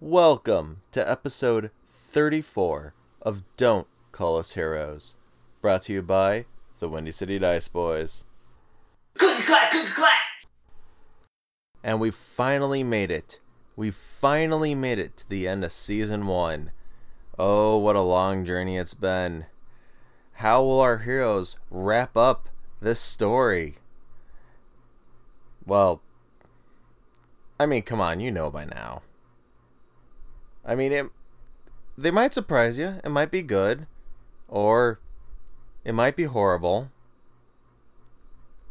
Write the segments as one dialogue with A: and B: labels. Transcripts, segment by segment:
A: Welcome to episode 34 of Don't Call Us Heroes, brought to you by the Windy City Dice Boys.
B: Click, clack, click, clack.
A: And we finally made it. We finally made it to the end of season one. Oh, what a long journey it's been. How will our heroes wrap up this story? Well, I mean, come on, you know by now. I mean, it, they might surprise you. It might be good, or it might be horrible.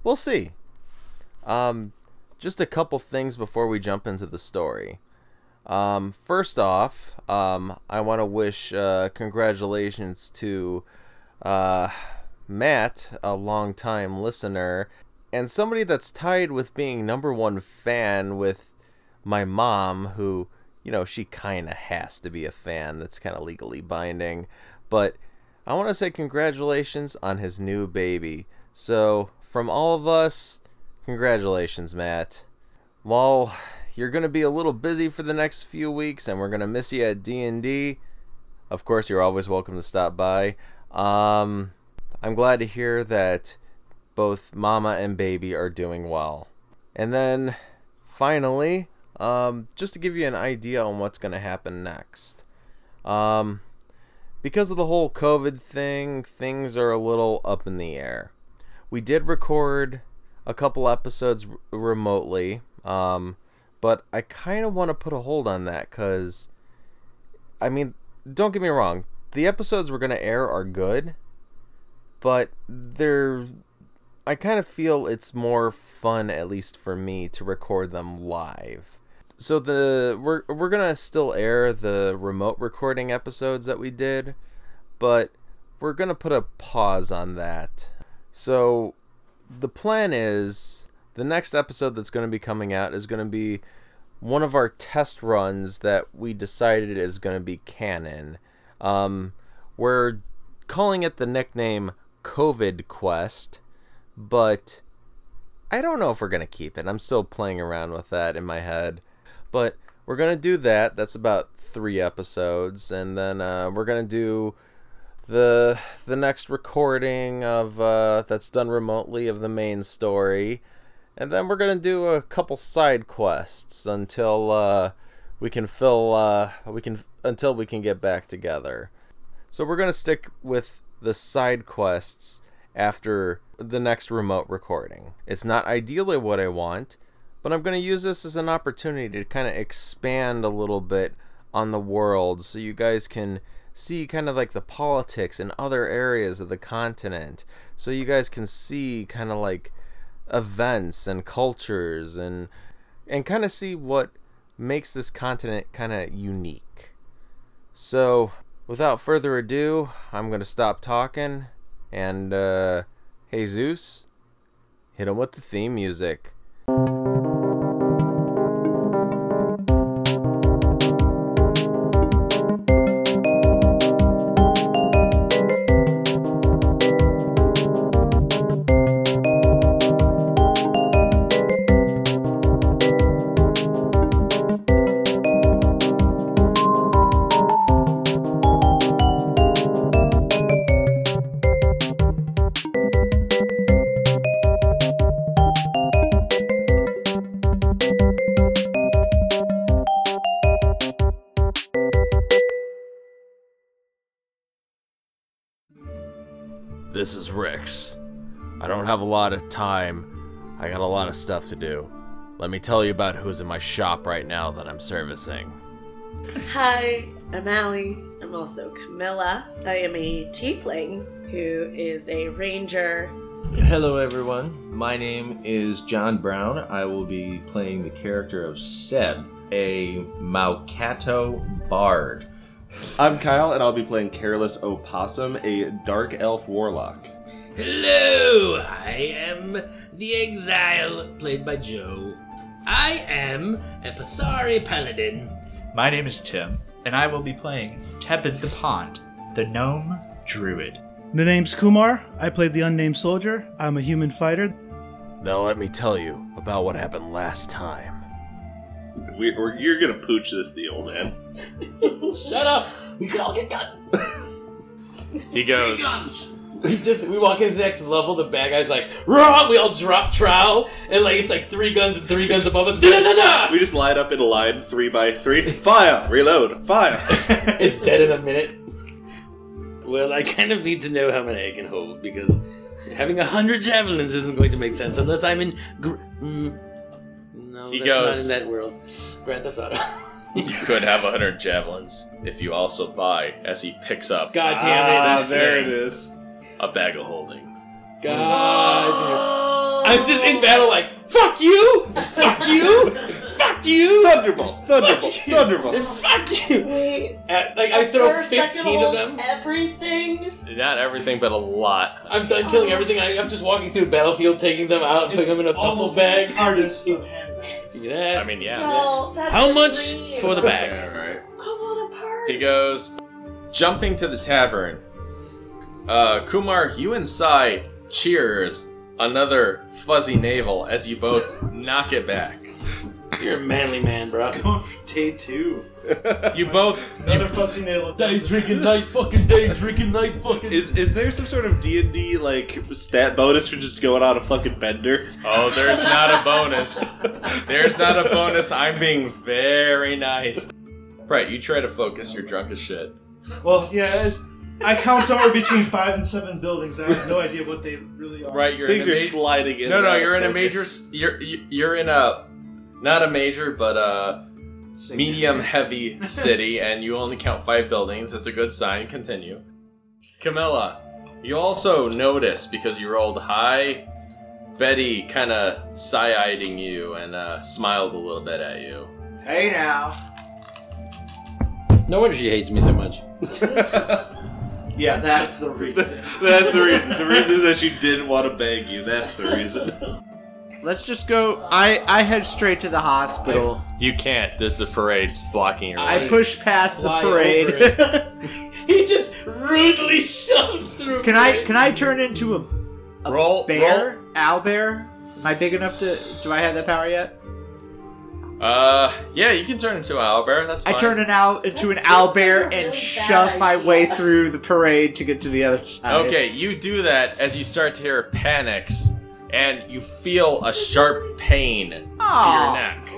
A: We'll see. Um, just a couple things before we jump into the story. Um, first off, um, I want to wish uh, congratulations to uh, Matt, a longtime listener, and somebody that's tied with being number one fan with my mom, who, you know, she kind of has to be a fan. That's kind of legally binding. But I want to say congratulations on his new baby. So, from all of us, congratulations, Matt. While you're going to be a little busy for the next few weeks and we're going to miss you at D&D, of course, you're always welcome to stop by. Um, I'm glad to hear that both mama and baby are doing well. And then finally, um, just to give you an idea on what's going to happen next. Um, because of the whole COVID thing, things are a little up in the air. We did record a couple episodes r- remotely, um, but I kind of want to put a hold on that because, I mean, don't get me wrong, the episodes we're going to air are good, but they're. I kind of feel it's more fun, at least for me, to record them live so the we're we're gonna still air the remote recording episodes that we did, but we're gonna put a pause on that. So the plan is the next episode that's gonna be coming out is gonna be one of our test runs that we decided is gonna be canon. Um, we're calling it the nickname COVID Quest, but I don't know if we're gonna keep it. I'm still playing around with that in my head but we're gonna do that that's about three episodes and then uh, we're gonna do the the next recording of uh, that's done remotely of the main story and then we're gonna do a couple side quests until uh, we can fill uh, we can until we can get back together so we're gonna stick with the side quests after the next remote recording. It's not ideally what I want, but I'm gonna use this as an opportunity to kind of expand a little bit on the world, so you guys can see kind of like the politics and other areas of the continent. So you guys can see kind of like events and cultures and and kind of see what makes this continent kind of unique. So, without further ado, I'm going to stop talking and, uh, hey Zeus, hit him with the theme music. This is Rix. I don't have a lot of time. I got a lot of stuff to do. Let me tell you about who's in my shop right now that I'm servicing.
B: Hi, I'm Allie. I'm also Camilla. I am a tiefling who is a ranger.
C: Hello, everyone. My name is John Brown. I will be playing the character of Seb, a Maukato bard.
D: I'm Kyle, and I'll be playing Careless Opossum, a dark elf warlock.
E: Hello, I am the Exile, played by Joe. I am a Pasari Paladin.
F: My name is Tim, and I will be playing Tepid the Pond, the gnome druid.
G: The name's Kumar. I played the unnamed soldier. I'm a human fighter.
A: Now let me tell you about what happened last time.
H: We, we're, you're gonna pooch this deal, man.
E: Shut up! We could all get guns.
H: He goes.
E: We just we walk into the next level. The bad guy's like, "Rah!" We all drop trowel, and like it's like three guns and three guns above us. Da da da! da!
H: We just line up in a line, three by three. Fire! Reload! Fire!
E: It's dead in a minute. Well, I kind of need to know how many I can hold because having a hundred javelins isn't going to make sense unless I'm in. Gr- mm, no,
I: He
E: that's
I: goes-
E: not in that world. Grand Theft Auto.
I: You could have 100 javelins if you also buy, as he picks up
E: God damn it!
H: Ah, there it is.
I: a bag of holding.
E: God. damn it. I'm just in battle like, fuck you, fuck you, fuck you.
H: Thunderbolt! Thunderbolt!
E: you.
H: Thunderbolt!
E: And fuck you!
B: Wait,
E: At, like I throw
B: for a second
E: fifteen of
B: hold
E: them.
B: Everything.
I: Not everything, but a lot.
E: I'm done killing everything. I, I'm just walking through battlefield, taking them out, putting them in a duffel bag.
G: Artists of handbags.
E: Yeah.
I: I mean, yeah.
B: Y'all, that's
E: How
B: a
E: much
B: dream.
E: for the bag?
B: I want a purse.
I: He goes, jumping to the tavern. Uh, Kumar, you and Sai cheers another fuzzy navel as you both knock it back.
E: You're a manly man, bro.
G: Going for day two.
I: You both.
G: Another fussy nail.
E: Day drinking, night fucking day drinking, night fucking.
H: Is, is there some sort of D and D like stat bonus for just going on a fucking bender?
I: Oh, there's not a bonus. There's not a bonus. I'm being very nice. Right, you try to focus. You're drunk as shit.
G: Well, yeah, it's, I count somewhere between five and seven buildings. I have no idea what they really are.
I: Right, you're
H: Things
I: in
H: are
I: a ma-
H: sliding in.
I: No,
H: and
I: no,
H: out of
I: you're in
H: focus.
I: a major. s- You're you- you're in a not a major, but a medium heavy city, and you only count five buildings. It's a good sign. Continue, Camilla. You also notice because you rolled high. Betty kind of side-eyeing you and uh, smiled a little bit at you.
C: Hey now.
E: No wonder she hates me so much.
C: Yeah, that's the reason.
H: That's the reason. The reason is that she didn't want to bang you. That's the reason.
J: Let's just go. I I head straight to the hospital.
I: You can't. There's the parade blocking your
E: I-
J: I,
I: way.
J: push past the
E: Fly
J: parade.
E: over He just rudely shoves through.
J: can I can I turn into a
I: roll,
J: bear? Owl bear? Am I big enough to? Do I have that power yet?
I: roll. Uh, yeah, you can turn into an owlbear. That's
J: I
I: fine.
J: turn an owl into
B: That
J: an
B: sounds
J: owl
B: like
J: bear
B: a really
J: and
B: bad
J: shove my
B: idea.
J: way through the parade to get to the other side.
I: Okay, you do that as you start to hear panics, and you feel a sharp pain to your
J: Aw.
I: neck.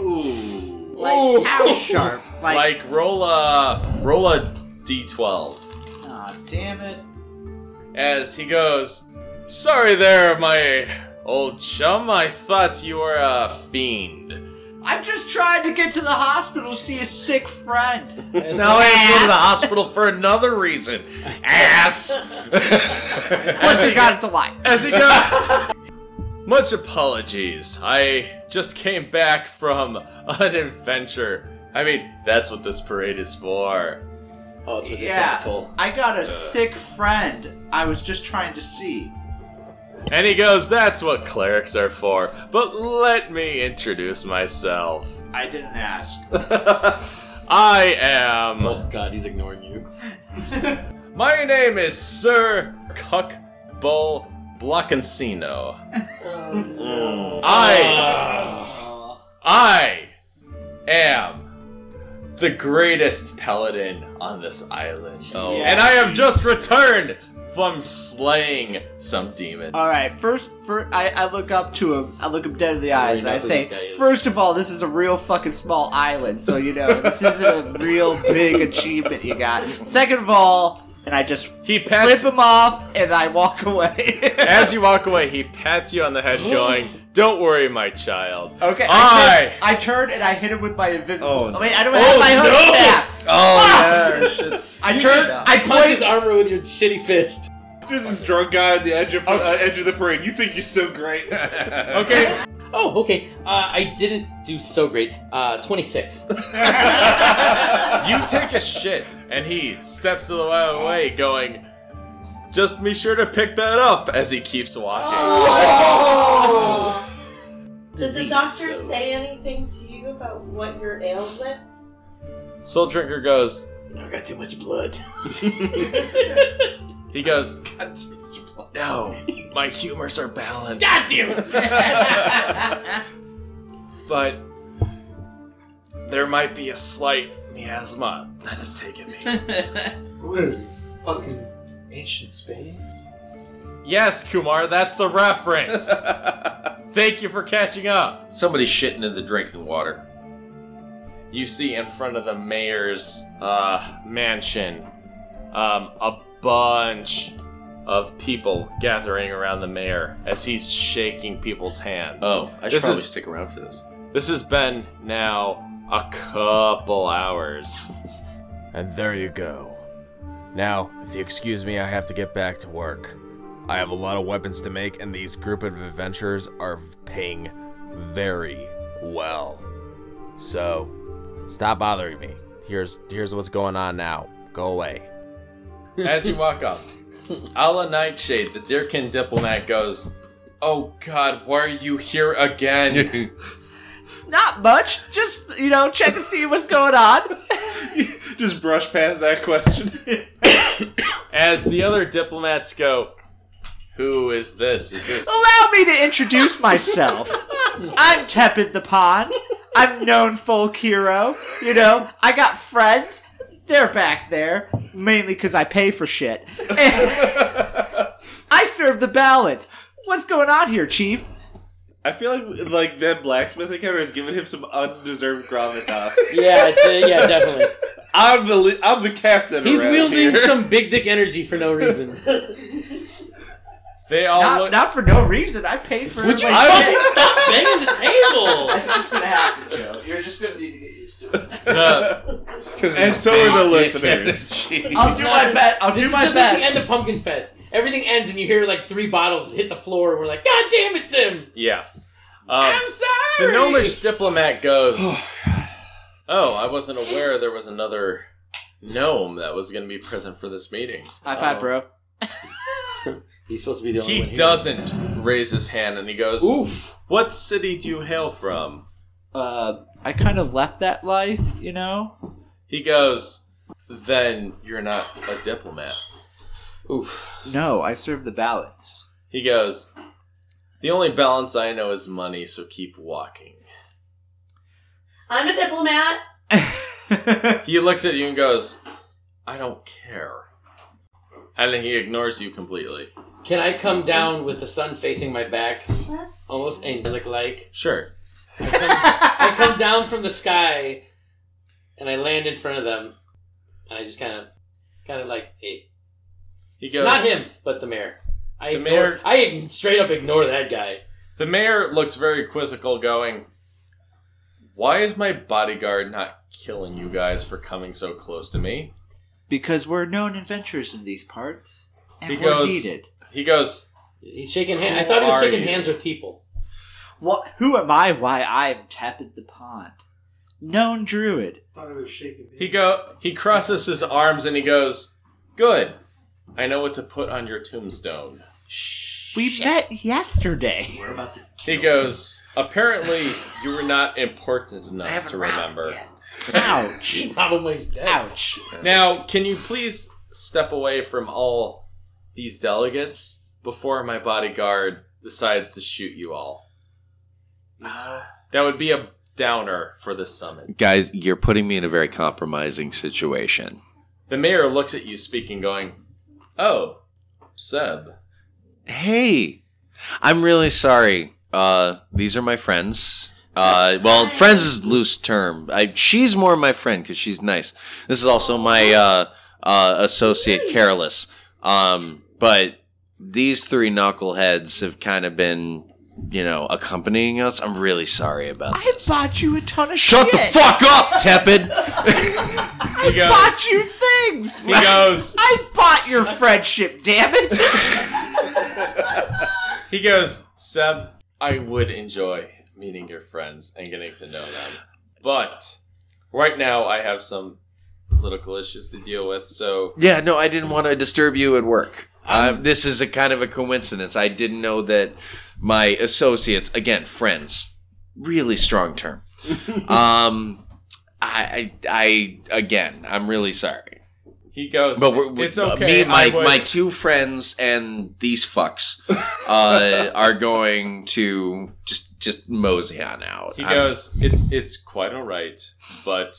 J: Like
E: Ooh.
J: how sharp? Like,
I: Like roll a roll a d12
J: aw, damn it.
I: as he goes. Sorry there, my old chum. I thought you were a fiend.
J: I'm just trying to get to the hospital to see a sick friend.
I: Now I have to go to the hospital for another reason. Ass.
J: Listen, God, it's a lie.
I: As it goes. Much apologies. I just came back from an adventure. I mean, that's what this parade is for.
E: Oh, it's with this
J: Yeah.
E: asshole.
J: I got a sick friend. I was just trying to see.
I: And he goes, That's what clerics are for. But let me introduce myself.
J: I didn't ask.
I: I am.
E: Oh God, he's ignoring you.
I: My name is Sir Cuck Bull Blockensino. I. I am the greatest paladin on this island.
E: Oh.
I: And I have just returned from slaying some demons.
H: Uh,
J: All right, first, fir- I, I look up to him. I look him dead in the eyes, and
E: know
J: I
E: who this guy
J: say,
E: is.
J: first of all, this is a real fucking small island, so you know this is a real big achievement you got. Second of all, and I just
I: He
J: flip
I: pats
J: him off, and I walk away.
I: as you walk away, he pats you on the head going, "Don't worry, my child."
J: okay,
I: I-
J: I, turn, I turn and I hit him with my invisible.
C: Ah. Oh,
J: I mean, I don't have my hook staff.
I: Oh,
J: I turn,
C: Ah.
J: I
E: I punch
J: point.
E: his armor with your shitty fist.
H: There's this drunk guy on the edge of uh, edge of the parade. You think you're so great?
I: okay.
E: Oh, okay. Uh, I didn't do so great. Uh, twenty-six.
I: you take a shit, and he steps a little while away, going, "Just be sure to pick that up." As he keeps
B: Oh!
I: walking.
B: Did the doctor say anything to you about what you're ailed with?
I: Soul Drinker goes,
E: I got too much blood.
I: he goes, no, my humors are balanced.
E: God damn it!
I: But There might be a slight miasma that has taken me.
K: We're fucking ancient Spain.
I: yes, Kumar, that's the reference. Thank you for catching up. Somebody's shitting in the drinking water. You see in front of the mayor's uh, mansion um, a bunch of people gathering around the mayor as he's shaking people's hands.
L: Oh, I should
I: This
L: probably
I: is-
L: stick around for this.
I: This has been now a couple hours.
M: And there you go. Now, if you excuse me, I have to get back to work. I have a lot of weapons to make, and these group of adventurers are paying very well. So, stop bothering me. Here's here's what's going on now. Go away.
I: As you walk up, a la Nightshade, the Deerkin diplomat goes, Oh god, why are you here again?
H: Not much. Just you know, check and see what's going on.
I: Just brush past that question. As the other diplomats go, Who is this? Is this.
H: Allow me to introduce myself. I'm Tepid the Pond. I'm known folk hero. You know, I got friends. They're back there, mainly because I pay for shit. And I serve the balance. What's going on here, Chief?
N: I feel like like that blacksmith encounter has given him some undeserved gravitas.
E: Yeah, I thi- yeah, definitely.
N: I'm the li- I'm the captain.
E: He's
N: around
E: wielding
N: here.
E: some big dick energy for no reason.
L: Oh,
I: They all
H: not, not for no reason. I paid for.
E: Would you
H: everybody's
E: fucking
H: shit.
E: stop banging the table?
H: That's what's gonna happen, Joe. You're just gonna need to get used to it.
N: and so are the listeners.
H: I'll do my best. I'll
E: This
H: do
E: is
H: my
E: just
H: best.
E: like the end of Pumpkin Fest. Everything ends and you hear like three bottles hit the floor. And we're like, God damn it, Tim!
I: Yeah. Um,
E: I'm sorry.
I: The gnomish diplomat goes. oh, I wasn't aware there was another gnome that was going to be present for this meeting.
H: High five, bro.
E: He's supposed to be the
N: Oh,
E: only
I: He
E: one. here.
I: doesn't raise his hand, and he goes, "Oof! What city do you hail from?"
H: Uh, I kind of left that life, you know.
I: He goes, "Then you're not a diplomat."
H: No, I serve the balance.
I: He goes, "The only balance I know is money, so keep walking."
B: I'm a diplomat.
I: he looks at you and goes, "I don't care," and then he ignores you completely.
E: Can I come down with the sun facing my back?
B: That's
E: almost angelic like.
I: Sure.
E: I come down from the sky and I land in front of them. And I just kind of, kind of like, hey.
I: He goes,
E: Not him, but the mayor. I
I: The
E: ignore,
I: mayor-
E: I ign- straight up ignore that guy.
I: The mayor looks very quizzical, going, Why is my bodyguard not killing you guys for coming so close to me?
H: Because we're known adventurers in these parts, and
I: He
H: we're
I: goes,
H: needed.
I: He goes,
E: He's shaking hands. I
I: Who
E: thought he was
I: are
E: shaking
I: you?
E: hands with people.
H: What? Who am I? Why I am Tepid the Pond, known druid.
G: Thought it was shaking.
I: He go he crosses his arms and he goes, Good. I know what to put on your tombstone.
H: We met yesterday.
E: We're about to.
I: He goes, Apparently you were not important enough to remember.
H: Ouch!
E: Probably's dead.
H: Ouch!
I: Now, can you please step away from all these delegates before my bodyguard decides to shoot you all? That would be a downer for the summit.
A: Guys, you're putting me in a very compromising situation.
I: The mayor looks at you speaking, going, Oh, Seb.
A: Hey, I'm really sorry. Uh, these are my friends. Uh, well, friends is loose term. I, she's more my friend because she's nice. This is also my uh, uh, associate, Careless. Um, but these three knuckleheads have kind of been, you know, accompanying us. I'm really sorry about.
H: I bought you a ton of
A: Shut the
H: shit.
A: fuck up, tepid.
I: He
H: I
I: goes,
H: bought you things.
I: he goes,
H: I bought your friendship. Damn it!
I: he goes, Seb, I would enjoy meeting your friends and getting to know them. But right now I have some political issues to deal with, so
A: Yeah, no, I didn't want to disturb you at work. Um, this is a kind of a coincidence. I didn't know that my associates, again, friends, really strong term. um, I, I, I, again, I'm really sorry.
I: he goes,
A: But we're, uh,
I: It's
A: me,
I: okay.
A: my,
I: I would-
A: my two friends and these fucks uh, are going to just
H: just mosey on out.
I: He
H: I'm-
I: goes, it, it's quite all right, but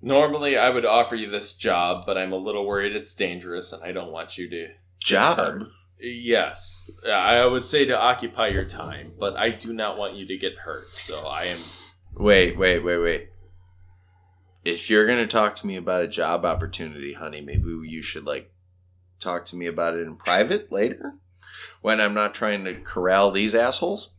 I: normally I would offer you this job, but I'm a little worried it's dangerous and I don't want you to.
H: job.
I: Yes, I would say to occupy your time, but I do not want you to get hurt, so I am.
H: Wait, wait, wait, wait. If you're gonna talk to me about a job opportunity, honey, maybe you should like talk to me about it in private later when I'm not trying to corral these assholes.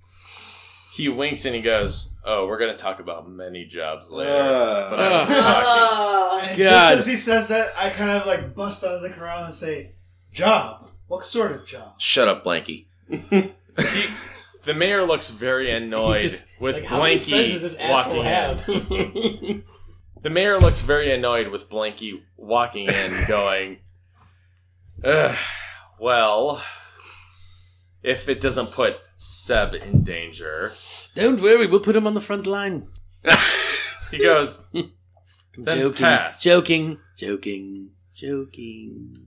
I: He winks and he goes, Oh, we're going to talk about many jobs later.
H: Uh.
B: Ugh.
I: but I was
B: Ugh.
I: talking.
C: Ah.
G: And Just as he says that, I kind of like bust out of the corral and say, "Job? What sort of job?"
H: Shut up, Blanky.
I: The mayor looks very annoyed
H: He's just
I: with
H: like, how many friends
I: Blanky
H: does this
I: walking
H: asshole
I: in. the mayor looks very annoyed with Blanky walking in, going, "Ugh, "Well, if it doesn't put Seb in danger,"
E: Don't worry, we'll put him on the front line.
I: he goes. Then
E: joking,
I: pass.
E: joking, joking, joking.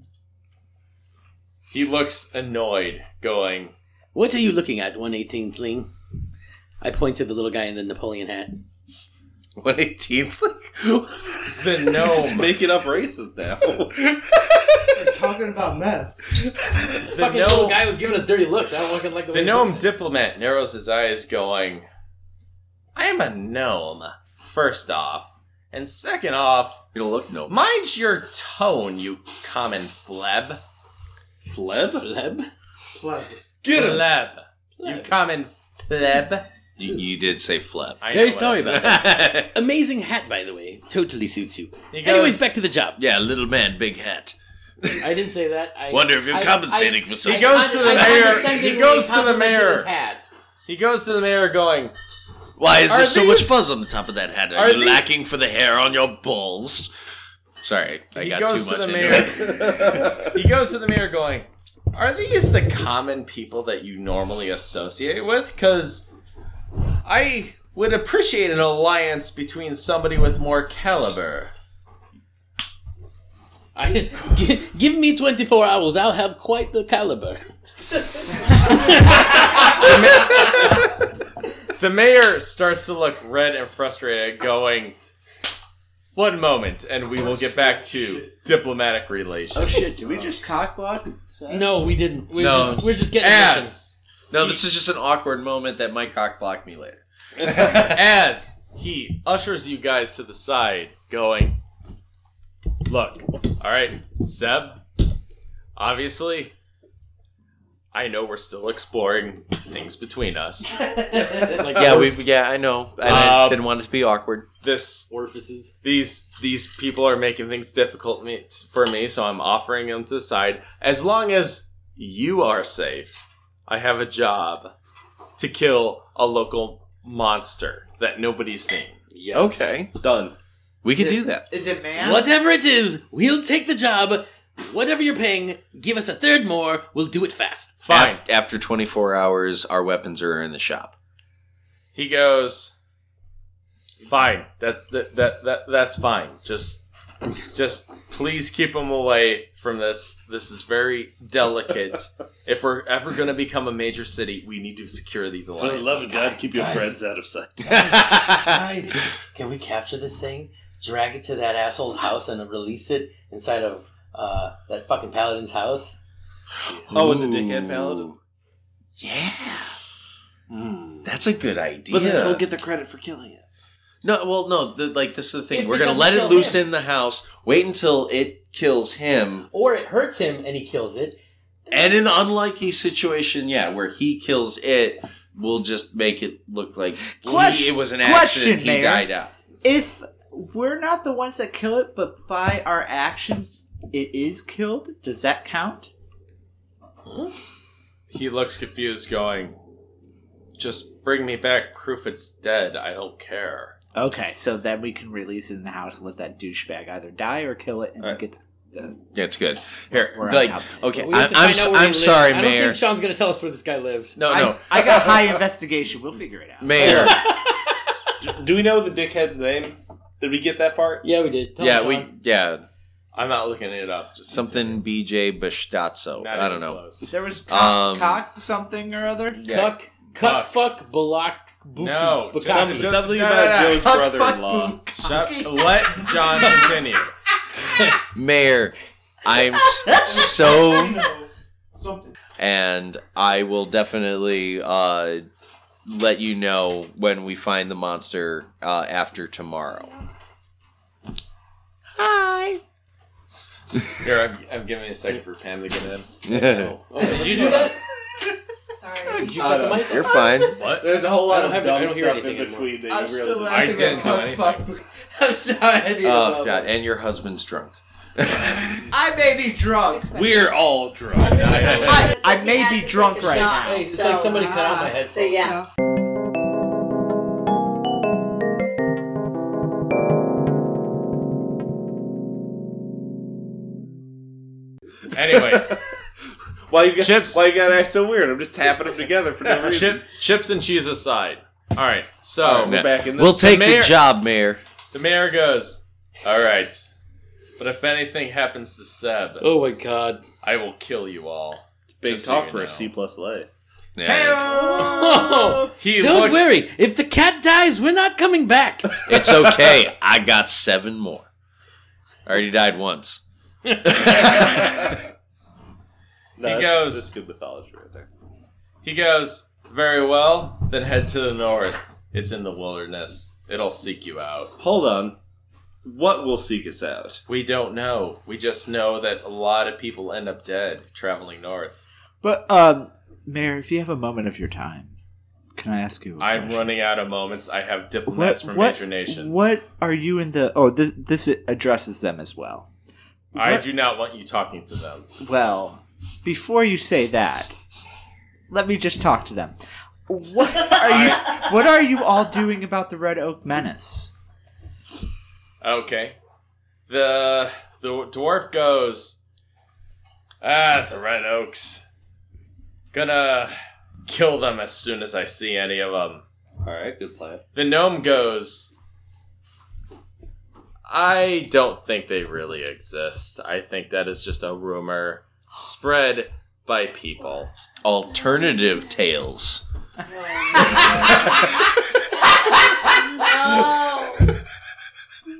I: He looks annoyed, going,
E: What are you looking at, 118 Fling? I point to the little guy in the Napoleon hat.
H: 118 Fling?
I: "The gnome."
B: Just making up racist now.
G: We're talking about meth.
E: The fucking little guy was giving us dirty looks. I don't fucking like the,
I: The
E: way
I: gnome diplomat narrows his eyes, going, I am a gnome, first off. And second off,
H: you don't look gnome.
I: Mind your tone, you common fleb. Fleb?
E: Fleb?
G: Pleb.
I: Get him! Fleb. You common fleb.
H: You, you did say flap.
I: I
E: Very
I: know what
E: sorry
I: I said.
E: about that. Amazing hat, by the way. Totally suits you.
H: He goes-
E: Anyways, back to the job.
H: Yeah, little man, big hat.
E: I didn't say that. I
H: Wonder if you're
E: I-
H: compensating
E: I-
H: for
E: I
H: something.
I: He goes to the
E: con- I
I: mayor.
E: condescendingly
I: He goes to the
E: complimented
I: mayor.
E: his hat.
I: He goes to the mayor going,
H: Why is
I: Are
H: there so much
I: these-
H: fuzz on the top of that hat? Are,
I: Are
H: you
I: these-
H: lacking for the hair on your balls? Sorry, I
I: He
H: got
I: goes
H: too
I: to
H: much
I: the
H: into
I: mayor.
H: it.
I: he goes to the mayor going, Are these the common people that you normally associate with? Because I would appreciate an alliance between somebody with more caliber.
E: I, gi- give me 24 hours. I'll have quite the caliber.
I: The mayor starts to look red and frustrated, going, One moment, and we will get back to diplomatic relations.
O: Oh shit! Did we just cockblock?
E: No, we didn't. We're,
H: No.
E: just, we're just getting
I: As,
H: No, this is just an awkward moment that might cock block me later.
I: as he ushers you guys to the side, going, Look, alright, Seb, obviously, I know we're still exploring things between us.
E: like
H: yeah,
E: orf-
H: we yeah, I know. And I
I: Uh,
H: didn't want it to be awkward.
I: This
E: orifices.
I: these these people are making things difficult me, for me, so I'm offering them to the side. As long as you are safe, I have a job to kill a local monster that nobody's seen.
E: Yes.
H: Okay.
I: Done.
H: We could do that.
P: Is it man?
E: Whatever it is, we'll take the job. Whatever you're paying, give us a third more. We'll do it fast.
I: Fine.
H: Af- after 24 hours, our weapons are in the shop.
I: He goes, "Fine. That that that, that that's fine. Just just please keep him away from this. This is very delicate. if we're ever going to become a major city, we need to secure these
B: For
I: alliances."
B: the love of God, keep your
O: Guys.
B: friends out of sight.
E: Guys, can we capture this thing, drag it to that asshole's house, and release it inside of uh, that fucking paladin's house?
B: Oh, with the dickhead paladin.
H: Yeah. That's a good idea.
B: But then he'll get the credit for killing it.
H: No, well, no. The, like this is the thing.
E: If
H: We're
E: it
H: gonna
E: doesn't
H: let it
E: kill
H: loose
E: him.
H: in the house. Wait until it kills him.
E: Or it hurts him and he kills it.
H: And in the unlikely situation, yeah, where he kills it, we'll just make it look like he-
P: Question-
H: it was an
P: question,
H: accident. He
P: Mayor.
H: died out.
P: If we're not the ones that kill it, but by our actions it is killed, does that count?
I: He looks confused, going, Just bring me back proof it's dead. I don't care.
P: Okay, so then we can release it in the house and let that douchebag either die or kill it and get. The,
H: Yeah, it's good. Here,
P: We're on
H: like,
P: top of it.
H: okay,
E: We have
H: I'm,
E: to
H: I'm,
E: find out
H: s-
E: where he
H: I'm
E: lives.
H: sorry,
E: I don't
H: Mayor.
E: think Sean's going to tell us where this guy lives.
H: No,
P: I,
H: no,
P: I got high investigation. We'll figure it out.
H: Mayor.
B: Do, do we know the dickhead's name? Did we get that part?
E: Yeah, we did. Tell
H: yeah,
E: him,
H: we,
E: Sean.
H: yeah,
I: I'm not looking it up. Just
H: something BJ Bastazzo.
I: not
H: I don't
I: even
H: know.
I: close.
P: There was cock,
H: Um,
P: cock something or other.
H: Yeah.
E: Cuck. Cut, fuck, block, bookies.
I: No,
E: Bukakis.
I: just- just- no, no, no. Cut, fuck, boo- Shut. Let John continue.
C: Mayor, I'm s- so. And I will definitely uh, let you know when we find the monster uh, after tomorrow.
J: Hi.
I: Here, I'm, I'm giving a second for Pam to get in.
C: Yeah.
I: Oh, did you do that?
B: Sorry.
E: you cut the mic off?
C: You're fine.
I: What?
H: There's a whole
E: I
H: lot
E: don't
H: of
E: have- I
H: dumb
E: don't hear
H: stuff in
E: anything
H: between that
E: anymore. I'm
H: you
E: still
H: really.
E: laughing
C: I didn't do anything.
E: I'm sorry. I didn't
C: Oh
E: know.
C: god! And your husband's drunk.
J: I may be drunk.
E: We're all drunk.
J: I, I may be drunk right now.
E: Hey, it's like somebody cut out my head.
B: So yeah.
I: Anyway,
H: why you got chips? Why you got to act so weird? I'm just tapping them together for no reason.
I: Chip, chips and cheese aside. All right, so
H: All right, we're back in this.
C: Oh, We'll take the
I: mayor-
C: job, Mayor.
I: The mayor goes, "All right, but if anything happens to Seb,
E: Oh my god,
I: I will kill you all."
H: Big
I: Just so
H: talk
I: you
H: for
I: know.
H: a C plus lay.
E: Oh,
I: He
E: don't
I: looks-
E: worry. If the cat dies, we're not coming back.
C: It's okay. I got seven more. I already died once.
I: he
H: that's-
I: goes.
H: That's good mythology right there.
I: He goes, Very well, then head to the north. It's in the wilderness. It'll seek you out.
H: Hold on. What will seek us out?
I: We don't know. We just know that a lot of people end up dead traveling north.
P: But, um, Mayor, if you have a moment of your time, can I ask you? a
I: I'm
P: question?
I: running out of moments. I have diplomats from major nations.
P: What are you in the? Oh, this, this addresses them as well.
I: I
P: what-
I: do not want you talking to them.
P: Well, before you say that, let me just talk to them. What are you? what are you all doing about the Red Oak Menace?
I: Okay. The the dwarf goes Ah, the red oaks. Gonna kill them as soon as I see any of them.
H: All right, good plan.
I: The gnome goes, I don't think they really exist. I think that is just a rumor spread by people.
C: Alternative tales.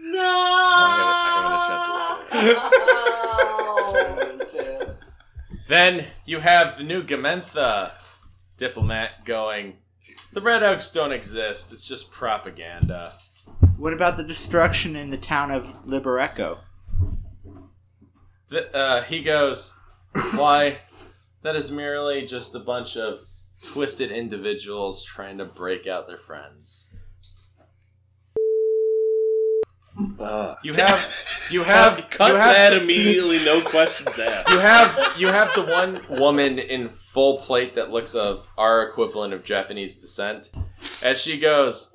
B: No.
I: I haven't- I haven't had a chance to
B: Oh.
I: look at it. then you have the new Gamentha diplomat going, The Red Oaks don't exist. It's just propaganda.
P: What about the destruction in the town of Libereco?
I: Th- uh, he goes, Why? That is merely just a bunch of twisted individuals trying to break out their friends. You have, you have,
H: Uh. Cut
I: you have,
H: that immediately. No questions asked.
I: You have, you have the one woman in full plate that looks of our equivalent of Japanese descent. As she goes,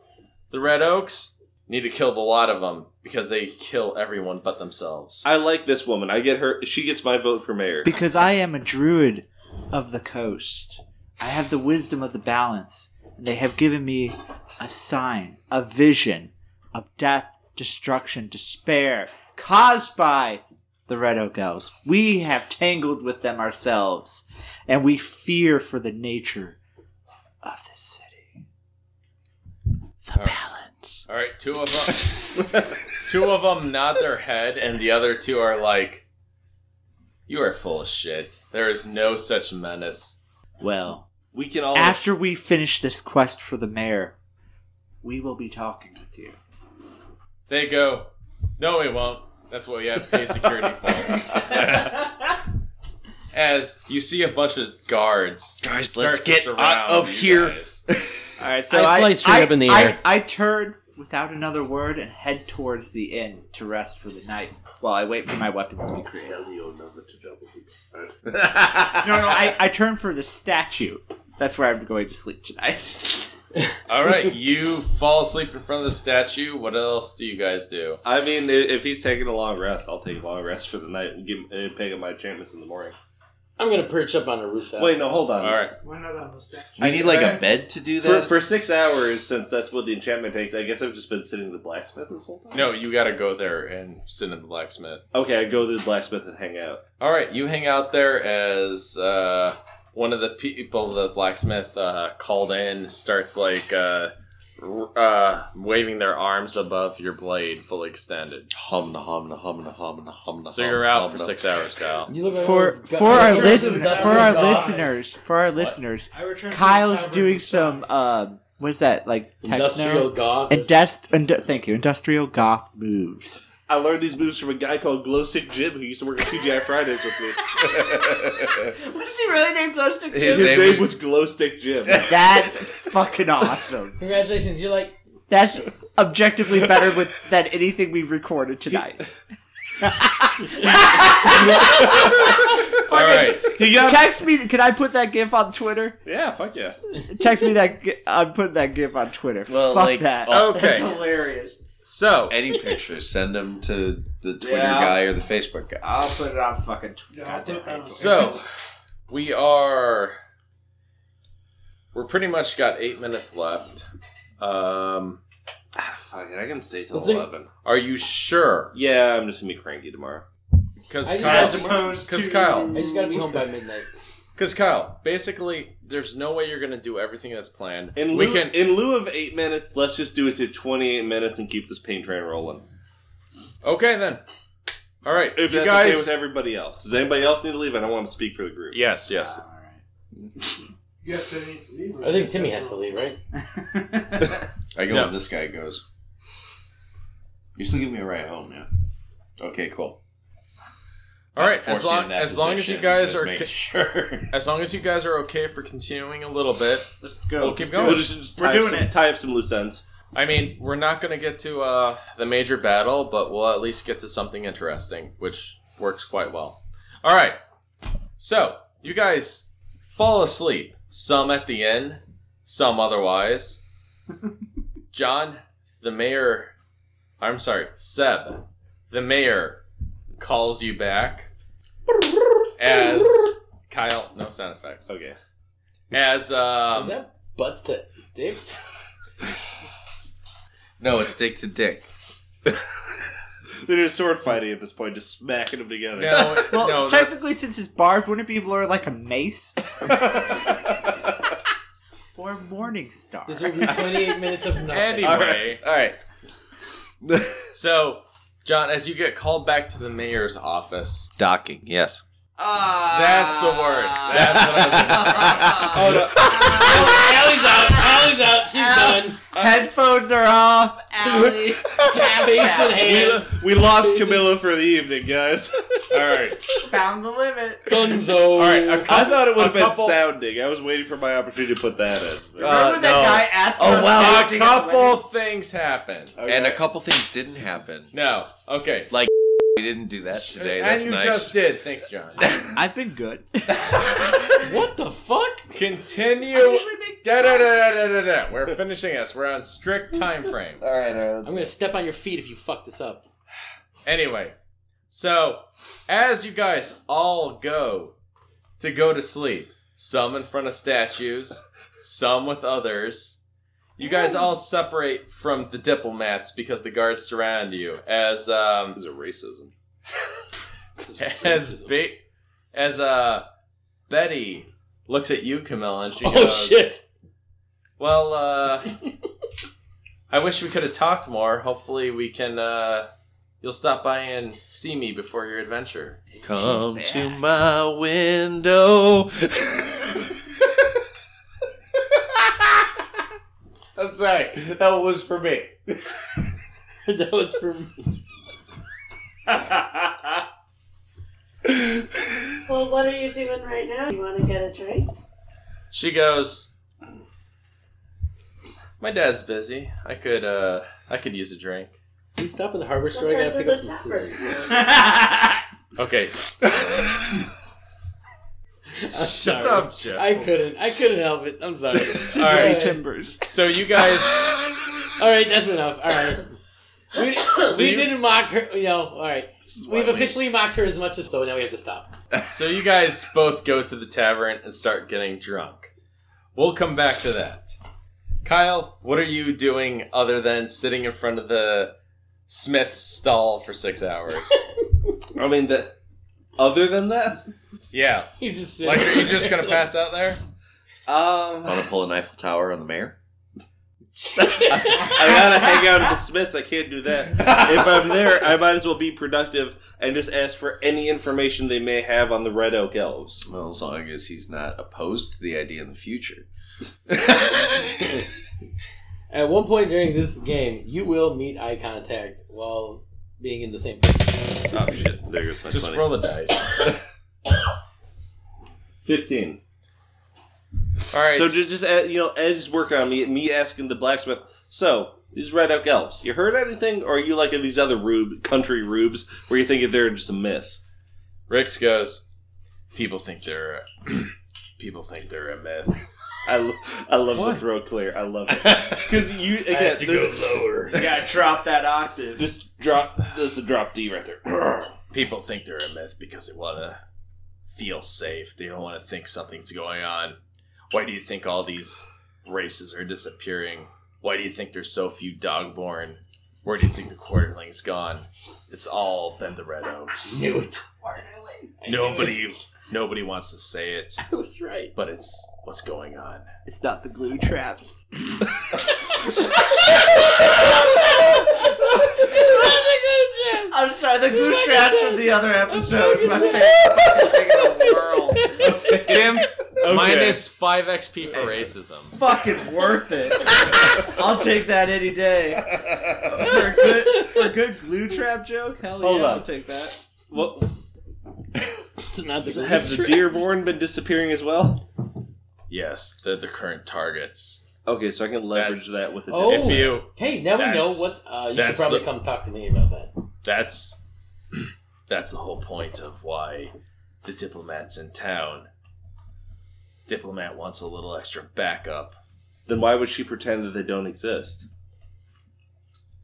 I: the Red Oaks need to kill the lot of them because they kill everyone but themselves.
H: I like this woman. I get her. She gets my vote for mayor.
P: Because I am a druid of the coast. I have the wisdom of the balance. They have given me a sign, a vision of death, destruction, despair caused by the Red Oak Elves. We have tangled with them ourselves, and we fear for the nature of this city. The balance.
I: All right, two of them, two of them nod their head, and the other two are like, "You are full of shit. There is no such menace."
P: Well,
H: we can all
P: after we finish this quest for the mayor, we will be talking with you.
I: They go, "No, we won't." That's what we have to pay security for. As you see a bunch of guards,
C: Guys,
I: start
C: let's
I: to
C: get out
I: surround
C: of
I: you
C: here.
I: guys.
P: All right,
E: I fly straight up in the
P: I-
E: air.
P: I, turn without another word and head towards the inn to rest for the night while I wait for my weapons to be created. No, no, I, I turn for the statue. That's where I'm going to sleep tonight.
I: All right, you fall asleep in front of the statue. What else do you guys do?
H: I mean, i- if he's taking a long rest, I'll take a long rest for the night and give and pick up my enchantments in the morning.
E: I'm gonna perch up on a rooftop.
H: Wait, no, hold on.
I: All right,
G: Why not on the statue?
C: We need like a bed to do
H: For,
C: that.
H: for six hours, since that's what the enchantment takes, I guess I've just been sitting in the blacksmith this whole time.
I: no, you got to go there and sit in the blacksmith.
H: Okay, I go to the blacksmith and hang out.
I: All right, you hang out there as uh, one of the people the blacksmith uh, called in starts like uh, r- uh, waving their arms above your blade, fully extended.
C: Humna, humna, humna, humna, humna.
I: So you're out for six hours, Kyle.
P: for for our listen for our listeners for our listeners kyle's doing some uh, what's that like techno?
E: Industrial goth.
P: Indust- indu- thank you industrial goth moves
H: I learned these moves from a guy called Glowstick Jim who used to work at TGI Fridays with me.
J: What's he really named Glowstick?
H: His, name, was Glowstick Jim.
P: that's fucking awesome
E: Congratulations, you're like
P: that's objectively better with than anything we've recorded tonight
I: All right.
P: text me can i put that gif on twitter
H: Yeah, fuck yeah.
P: text me that gi- i'm putting that gif on twitter fuck that
C: Okay.
P: hilarious
I: So
C: any pictures, send them to the Twitter
P: Yeah.
C: guy or the Facebook guy.
P: I'll put it on fucking Twitter.
I: So we are we're pretty much got eight minutes left. Um
H: Fuck it, I can stay till
I: Let's see.
H: eleven.
I: Are you sure?
H: Yeah, I'm just gonna be cranky tomorrow.
I: because
E: I just
I: Kyle,
E: gotta be home-
I: because Kyle,
E: I just gotta be home by midnight.
I: because Kyle, basically, there's no way you're gonna do everything that's planned.
H: In lieu,
I: we can
H: in lieu of eight minutes, let's just do it to twenty-eight minutes and keep this pain train rolling.
I: Okay then. All right,
H: If
I: you
H: that's
I: guys.
H: okay with everybody else, does anybody else need to leave? I don't want to speak for the group.
I: yes, yes.
G: Yes, that needs to leave.
E: I think Timmy has to leave, right?
C: I go
I: No.
C: and this guy goes. You still give me a ride home, yeah? Okay, cool.
I: All right,
C: Force
I: as
C: you
I: long
C: in that
I: as long as you
C: position,
I: guys
C: just
I: are
C: make
I: ca-
C: sure.
I: as long as you guys are okay for continuing a little bit, let's
H: go.
I: We'll
H: Let's
I: keep
H: do it.
I: going.
H: We'll just- just We're tie up doing some- it. Tie up some loose ends.
I: I mean, we're not going to get to uh, the major battle, but we'll at least get to something interesting, which works quite well. All right. So, you guys fall asleep, some at the end, some otherwise. John, the mayor, I'm sorry, Seb, the mayor calls you back as Kyle, no sound effects.
H: Okay.
I: As um
E: Is that butts to dicks?
C: No, it's dick to dick.
H: They're just sword fighting at this point, just smacking them together.
I: No,
P: well technically since it's barbed wouldn't it be more like a mace or morning star
E: This will be 28 minutes of nothing.
I: Anyway.
C: All right.
I: so, John, as you get called back to the mayor's office,
C: Docking, yes.
I: that's the word. That's what I was looking
E: Allie's out. Allie's out. She's done.
P: headphones are off Allie.
E: Face and
H: We, lo-
E: hands.
H: we lost Camilla for the evening, guys.
I: for. All right.
P: found the limit
E: Gunzo.
I: All right. A couple,
H: I thought it would
I: a
H: have been
I: couple- Uh,
H: sounding. I was waiting for my opportunity to put that in.
P: Remember when that
C: no.
P: guy asked
C: Oh,
P: us
C: wow.
P: to
I: A
P: do it?
I: couple things happened.
H: Okay.
C: And a couple things didn't happen.
I: No. Okay.
C: We didn't do that today.
I: and
C: That's
I: you
C: nice.
I: just did. Thanks, John.
P: I've been good.
E: What the fuck?
I: Continue. Da, da, da, da, da, da. We're finishing this. We're on strict time frame.
C: All right, all right.
E: I'm gonna step on your feet if you fuck this up.
I: Anyway, so as you guys all go to go to sleep, some in front of statues, some with others, you guys all separate from the diplomats because the guards surround you. As um,
H: This is a racism.
I: as ba- as uh, Betty looks at you, Camilla, and she
E: Oh
I: goes,
E: shit!
I: "Well, uh, I wish we could have talked more. Hopefully, we can." Uh, You'll stop by and see me before your adventure.
C: Come to my window. I'm sorry. That was for me.
E: that was for me.
B: Well, what are you doing right now? You want to get a drink?
I: She goes, "My dad's busy. I could, uh, I could use a drink."
E: Can we stop at the hardware store? I
B: Let's
E: gotta
B: head
E: pick
B: to the
E: up some
B: tavern.
E: scissors.
I: Okay,
E: I'm
I: shut
E: sorry.
I: up, Jeff.
E: I couldn't. I couldn't help it. I'm sorry. All
I: All
E: right.
I: right.
P: Timbers.
I: So you guys,
E: All right. That's enough. All right. We, we
I: you-
E: didn't mock her. You know. All right. We've officially mocked her as much as so. Now we have to stop.
I: so you guys both go to the tavern and start getting drunk. We'll come back to that. Kyle, what are you doing other than sitting in front of the Smith's stall for six hours?
H: I mean, the, other than that,
I: Yeah.
E: He's just sitting
I: like, are you
E: there.
I: just gonna pass out there?
H: Um,
C: Want to pull an Eiffel Tower on the mayor?
H: I gotta hang out at the Smiths. I can't do that. if I'm there, I might as well be productive and just ask for any information they may have on the Red Oak Elves.
C: Well, as long as he's not opposed to the idea in the future.
E: At one point during this game, you will meet eye contact while being in the same place.
H: Oh shit! There goes my
I: Just
H: money.
I: roll the dice.
H: Fifteen.
I: All right.
H: So ju- just uh, you know, as he's working on me, me asking the blacksmith. So these Red Oak Elves, you heard anything, or are you like these other rube country rubes where you think they're just a myth?
I: Rix goes. People think they're. uh, people think they're a myth.
H: I, lo- I love the throw clear. I love it because you again.
I: have to
H: this-
I: go lower.
J: You gotta drop that octave.
H: Just drop. This is a drop D right there.
I: people think they're a myth because they want to feel safe. They don't want to think something's going on. Why do you think all these races are disappearing? Why do you think there's so few dogborn? Where do you think the quarterling's gone? It's all been the red oaks.
E: Knew it.
I: Nobody, nobody wants to say it,
E: I was right.
I: but it's what's going on.
J: It's not the glue traps.
E: I'm
J: sorry, the glue traps from the other episode. My
I: Tim, minus five XP for racism.
J: fucking worth it. I'll take that any day. For a good, for a good glue trap joke? Hell
H: Hold
J: yeah,
H: up.
J: I'll take that.
H: Well,
E: It's not the glue
H: have the
E: traps.
H: Dearborn been disappearing as well?
I: Yes, they're the current targets.
H: Okay, so I can leverage that with a
E: Oh,
I: If you,
E: hey, now we know
I: that's-
E: what. Uh, you should
I: that's
E: probably
I: the-
E: come talk to me about that.
I: That's that's the whole point of why the diplomat's in town. Diplomat wants a little extra backup.
H: Then why would she pretend that they don't exist?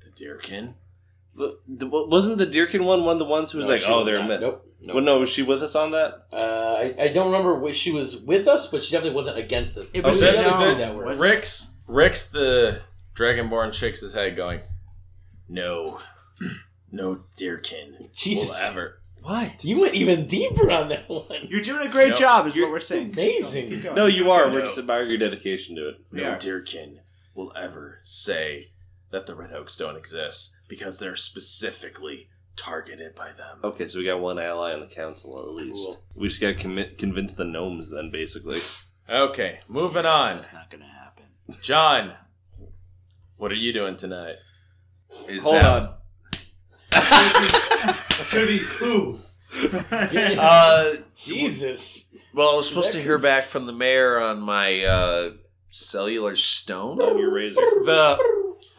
I: The Deerkin.
H: But the- wa- Wasn't the Deerkin one one of the ones who was
E: No,
H: like,
E: she
H: "Oh,
E: was
H: they're a
E: not.
H: myth"?
E: Nope, nope.
H: Well, no, was she with us on that?
E: Uh, I, I don't remember which she was with us, but she definitely wasn't against us. the
I: Oh, that-
E: other two
I: that-
E: that were.
I: Rick's Rick's the Dragonborn shakes his head, going, "No, no Deerkin
E: Jesus.
I: will ever."
E: What? You went even deeper on that one.
J: You're doing a great
I: Nope.
J: job, is what we're saying.
E: Amazing.
H: No, you are.
I: No.
H: We're just admiring your dedication to it.
I: No Deerkin will ever say that the Red Oaks don't exist because they're specifically targeted by them.
H: Okay, so we got one ally on the council at least. We just got to commit, convince the gnomes then, basically.
I: Okay, moving on.
P: That's not gonna happen.
I: John, what are you doing tonight?
C: Is
H: Hold
C: that-
H: on.
G: Should be who?
C: Uh,
E: Jesus.
C: well, I was supposed to hear back from the mayor on my uh, cellular stone.
H: On your razor.
I: The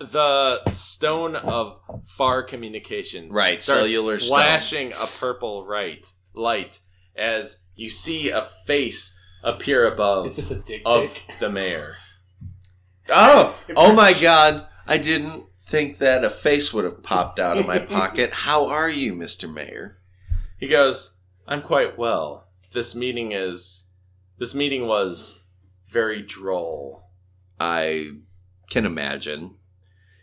I: the stone of far communication.
C: Right,
I: starts
C: cellular stone.
I: flashing a purple right light as you see a face appear above
E: It's just a dick
I: of
E: pic.
I: the mayor.
C: Oh, oh my God! I didn't think that a face would have popped out of my pocket. How are you, Mister Mayor?
I: He goes, "I'm quite well. This meeting is this meeting was very droll."
C: I can imagine.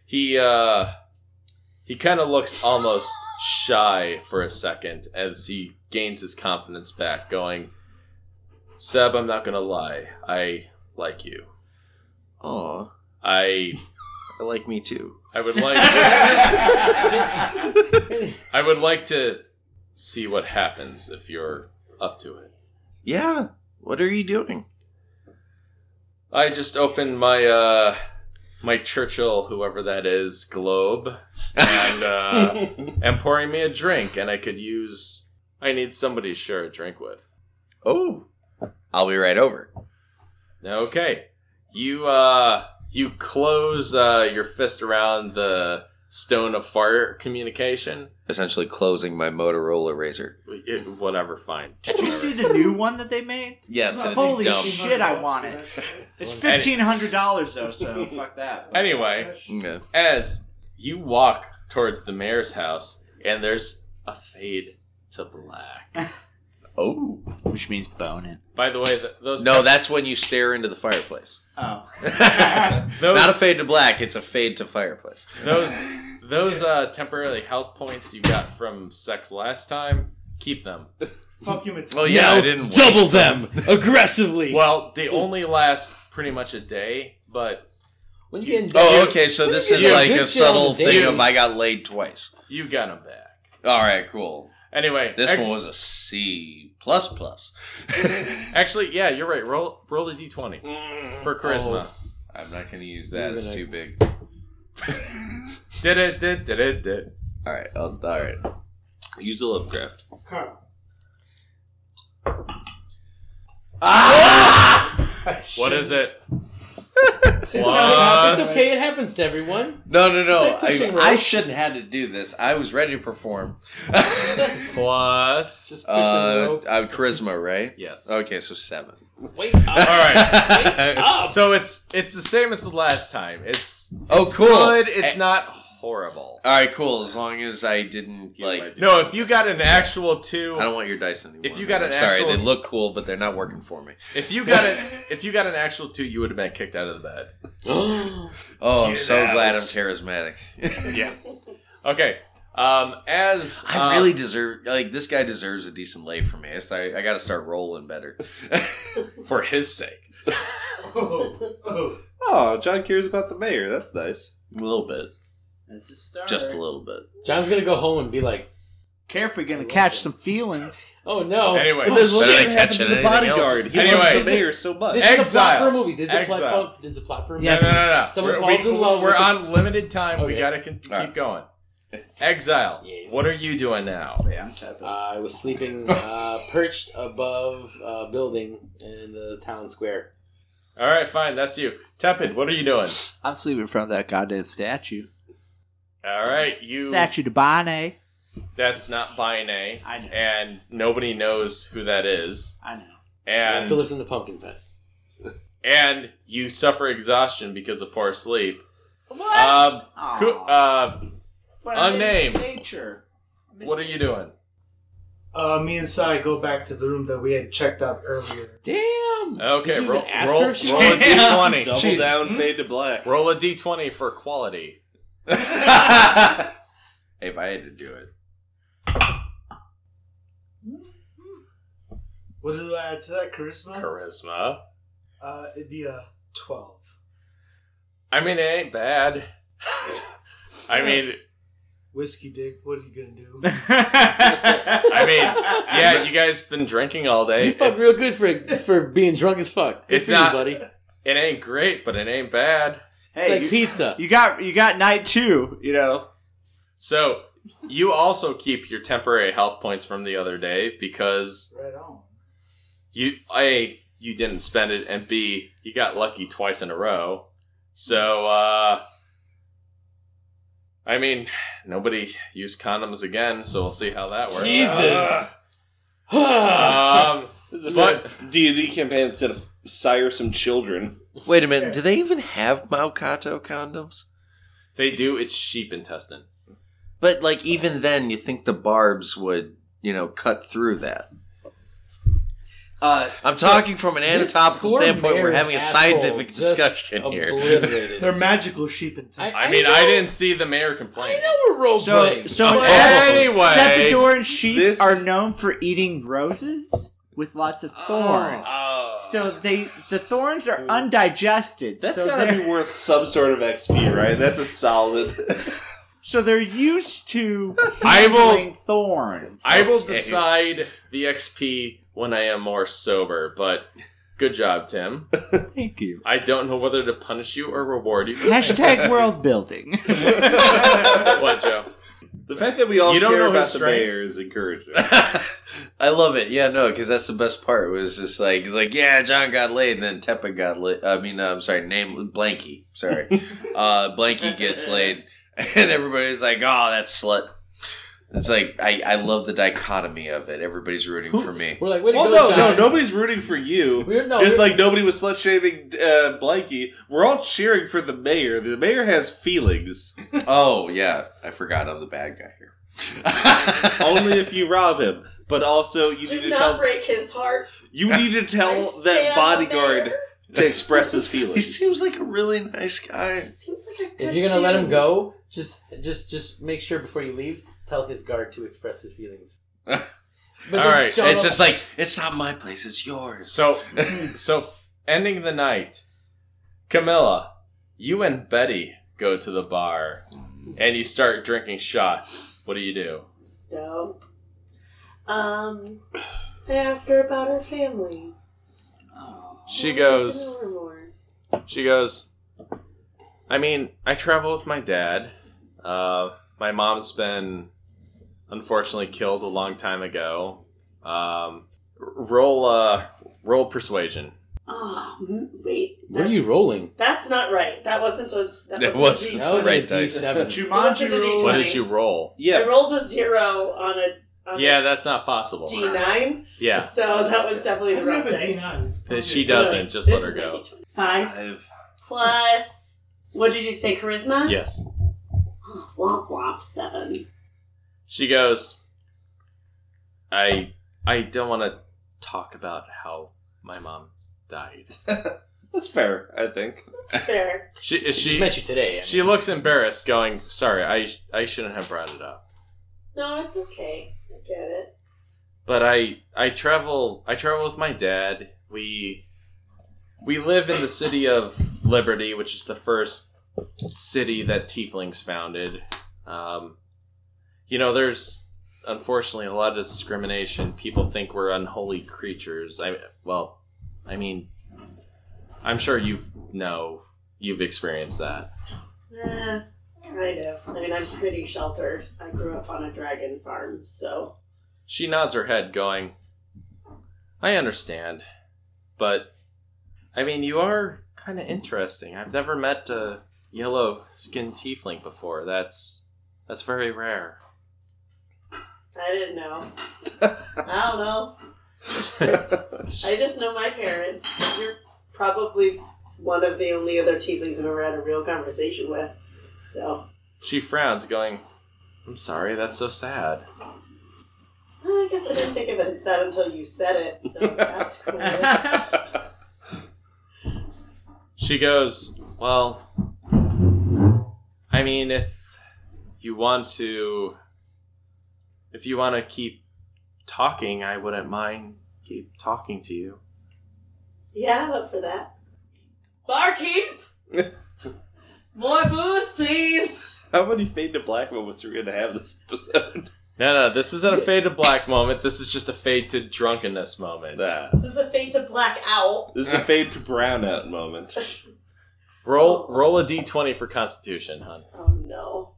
I: he uh he kind of looks almost shy for a second as he gains his confidence back going seb i'm not gonna lie i like you
C: Oh,
I: i
C: I like me too.
I: i would like i would like to see what happens if you're up to it
C: Yeah. What are you doing?
I: i just opened my uh my churchill whoever that is globe and uh and pouring me a drink and i could use i need somebody to share a drink with
C: Oh, I'll be right over.
I: Okay. You uh you close uh your fist around the stone of fire communication.
C: Essentially, closing my Motorola razor.
I: It- whatever, fine.
P: Did you see the new one that they made?
C: Yes, and it's
P: Holy
C: dumb.
P: shit, I want it. It's fifteen hundred dollars though, so fuck that.
I: Anyway,
C: Yeah.
I: as you walk towards the mayor's house and there's a fade to black.
C: Oh.
P: Which means boning.
I: By the way, th- those
C: No, that's when you stare into the fireplace.
P: Oh.
I: those
C: Not a fade to black, it's a fade to fireplace.
I: those those uh temporary health points you got from sex last time Keep them.
G: Fuck you, Matilda.
I: Well, yeah,
E: Now
I: I didn't waste
E: double them, aggressively.
I: Well, they only last pretty much a day, but
E: when you get
C: Oh, okay. So this is like a subtle thing of I got laid twice.
I: You got them back.
C: All right, cool.
I: Anyway,
C: this
I: ex-
C: one was a C plus plus.
I: Actually, yeah, you're right. Roll roll the d20 for charisma.
C: I'm not going to use that. It's too big.
I: Did it? Did did it? Did.
C: All right. I'll, all right.
H: Use the Lovecraft.
I: What is it?
E: It's, not,
I: Uh,
E: it's okay. It happens to everyone.
C: No, no, no.
E: It's like pushing
C: I, I
E: rope.
C: shouldn't have to do this. I was ready to perform.
I: Plus, Just
C: uh, uh, charisma, right?
I: Yes.
C: Okay, so seven.
E: Wait. All
I: right.
E: Ah.
I: So it's it's the same as the last time. It's
C: Oh,
I: it's
C: cool.
I: Good. It's
C: Eh.
I: not horrible.
C: All right, cool. As long as I didn't like.
I: No, if you got an actual two,
C: I don't want your dice anymore.
I: If you got
C: man.
I: an
C: I'm sorry,
I: actual-
C: they look cool, but they're not working for me.
I: if you got an if you got an actual two, you would have been kicked out of the bed.
C: oh, I'm
I: Get
C: so
I: out.
C: glad I'm charismatic.
I: yeah. Okay. Um, as
C: I
I: uh,
C: really deserve like this guy deserves a decent lay from me. It's like, I got to start rolling better
I: for his sake.
H: Oh, John cares about the mayor. That's nice.
C: A little bit.
P: That's a start.
C: Just a little bit.
E: John's gonna go home and be like,
P: Carefree, gonna catch some feelings.
E: "Oh no!"
I: Anyway,
P: But there's little shit happened
H: to the bodyguard. He
I: Anyway.
H: loves the mayor so much.
E: This is a plot for a movie. This is a plot for, this is a plot for a
I: No,
E: movie.
I: no, no, no.
E: Someone
I: we're,
E: falls
I: we,
E: in love.
I: We're
E: with
I: on limited time. We
E: Okay.
I: gotta con- keep going. Exile. What are you doing now?
P: Yeah, I'm
E: Uh, I was sleeping uh, perched above a building in the town square.
I: All right, fine. That's you, Tepid. What are you doing?
P: I'm sleeping in front of that goddamn statue.
I: All right, you.
P: Statue to Bonnet.
I: That's not Bine. I know. And nobody knows who that is.
P: I know.
E: I have
I: And
E: to listen to Pumpkin Fest.
I: and you suffer exhaustion because of poor sleep. What? Um, coo- uh, unnamed.
P: Nature.
I: What are you doing?
G: Uh, me and Sai go back to the room that we had checked out earlier.
E: Damn.
I: Okay,
G: Did you
I: roll,
G: even ask
I: roll,
G: her
I: roll a
G: if she-
I: d20.
G: Double She- down,
I: fade to black. Roll a d20 for quality.
C: if I had to do it.
G: What did I add to that? Charisma?
I: Charisma.
G: Uh, it'd be a 12.
I: I mean, it ain't bad. I mean,
G: Whiskey dick, what are you gonna do?
I: I mean, yeah, you guys been drinking all day.
E: you fucked
I: It's-
E: real good for for being drunk as fuck. Good
I: It's
E: for you,
I: not-
E: buddy.
I: It ain't great, but it ain't bad.
P: Hey,
E: like
P: you-
E: pizza.
P: You got you got night two. You know.
I: So you also keep your temporary health points from the other day because
G: Right on.
I: you a you didn't spend it, and b you got lucky twice in a row. So uh, I mean, nobody used condoms again, so we'll see how that works.
E: Jesus.
I: Um,
H: This is the
I: but-
H: first D&D campaign that said sire some children.
C: Wait a minute. Do they even have Maukato condoms?
I: They do. It's sheep intestine.
C: But like even then, you think the barbs would you know cut through that?
P: Uh,
C: I'm talking from an
G: this
C: anatomical
G: poor
C: standpoint. We're
G: mayor's
C: having a
G: asshole
C: scientific
G: just
C: discussion here.
G: They're magical sheep and
E: I,
I: I mean,
E: know-
I: I didn't see the mayor complain.
E: I know we're role
P: So
E: playing.
P: so
E: but-
I: anyway,
P: Sepidoran sheep
I: this
P: are
I: is-
P: known for eating roses with lots of thorns. So they the thorns are undigested.
H: That's
P: so
H: gotta
P: they're-
H: be worth some sort of XP, right? That's a solid.
P: So they're used to
I: I will-
P: handling thorns.
I: I will
P: Okay.
I: decide the XP when I am more sober, but good job, Tim.
P: Thank you.
I: I don't know whether to punish you or reward you.
P: Hashtag world building.
I: what, Joe?
H: The fact that we all
I: You don't
H: care
I: know
H: about
I: his
H: the
I: strength?
H: mayor is encouraging.
C: I love it. Yeah, no, because that's the best part. Was just like it's like yeah, John got laid, and then Tepa got laid. I mean, uh, I'm sorry, name Blanky. Sorry, uh, Blanky gets laid, and everybody's like, "Oh, that slut." It's like I, I love the dichotomy of it. Everybody's rooting for me.
E: We're like, way to
H: well,
E: go,
H: Oh, no,
E: John.
H: no, nobody's rooting for you.
E: We're- no,
H: Just
E: we're-
H: like nobody was slut shaming uh, Blanky. We're all cheering for the mayor. The mayor has feelings.
C: Oh yeah, I forgot I'm the bad guy here.
H: Only if you rob him. But also, you
B: Do
H: need to
B: not
H: tell
B: break his heart.
H: you need to
B: I
H: tell
B: stand
H: that bodyguard
B: there.
H: to express his
C: He
H: feelings.
C: seems like a really nice guy.
B: Seems like a good
E: If you're gonna let him
B: dude.
E: go, just just just make sure before you leave, tell his guard to express his feelings.
I: All
C: All right.
I: right,
C: It's just like it's not my place; it's yours.
I: So, so f- ending the night, Camilla, you and Betty go to the bar, and you start drinking shots. What do you do?
B: Dope. Um, I asked her about her family.
I: She
B: I
I: goes.
B: want to know more.
I: She goes. I mean, I travel with my dad. Uh, my mom's been unfortunately killed a long time ago. Um, r- roll, uh, roll persuasion.
B: Oh, m- wait.
E: What are you rolling?
B: That's not right. That wasn't a. That, wasn't
I: That
B: a
I: wasn't
B: D-
I: the right dice.
B: Jumanji It wasn't a roll. D20.
I: What did you roll?
B: I rolled a zero on a. On a
I: Yeah, that's not possible.
B: D nine.
I: Yeah.
B: So that was definitely the right dice.
I: That She doesn't. Just let her go.
B: Five plus. What did you say? Charisma.
I: Yes.
B: Womp womp seven.
I: She goes. I I don't want to talk about how my mom died.
H: That's fair, I think.
B: That's fair.
I: She is she,
E: She met you today, I mean.
I: She looks embarrassed, going, "Sorry, I I shouldn't have brought it up."
B: No, it's okay. I get it.
I: But I I travel I travel with my dad. We we live in the city of Liberty, which is the first city that Tieflings founded. Um, you know, there's unfortunately a lot of discrimination. People think we're unholy creatures. I well, I mean, I'm sure you know you've experienced that.
B: Eh, kind of. I mean, I'm pretty sheltered. I grew up on a dragon farm, so
I: She nods her head, going, I understand, but I mean, you are kind of interesting. I've never met a yellow skinned tiefling before. That's that's very rare.
B: I didn't know. I don't know. I just know my parents. You're probably one of the only other tieflings I've ever had a real conversation with. So
I: She frowns, going, I'm sorry, that's so sad.
B: I guess I didn't think of it as sad until you said it. So that's cool.
I: She goes, Well, I mean, if you want to. If you want to keep talking, I wouldn't mind keep talking to you.
B: yeah, I'm up for that. Barkeep, more booze, please.
H: How many fade to black moments are we gonna have this episode?
I: No, no, this isn't a fade to black moment. This is just a fade to drunkenness moment.
B: This is a fade to black owl.
I: This is a fade to brown out moment. Roll, roll a d20 for Constitution, hon.
B: Oh no.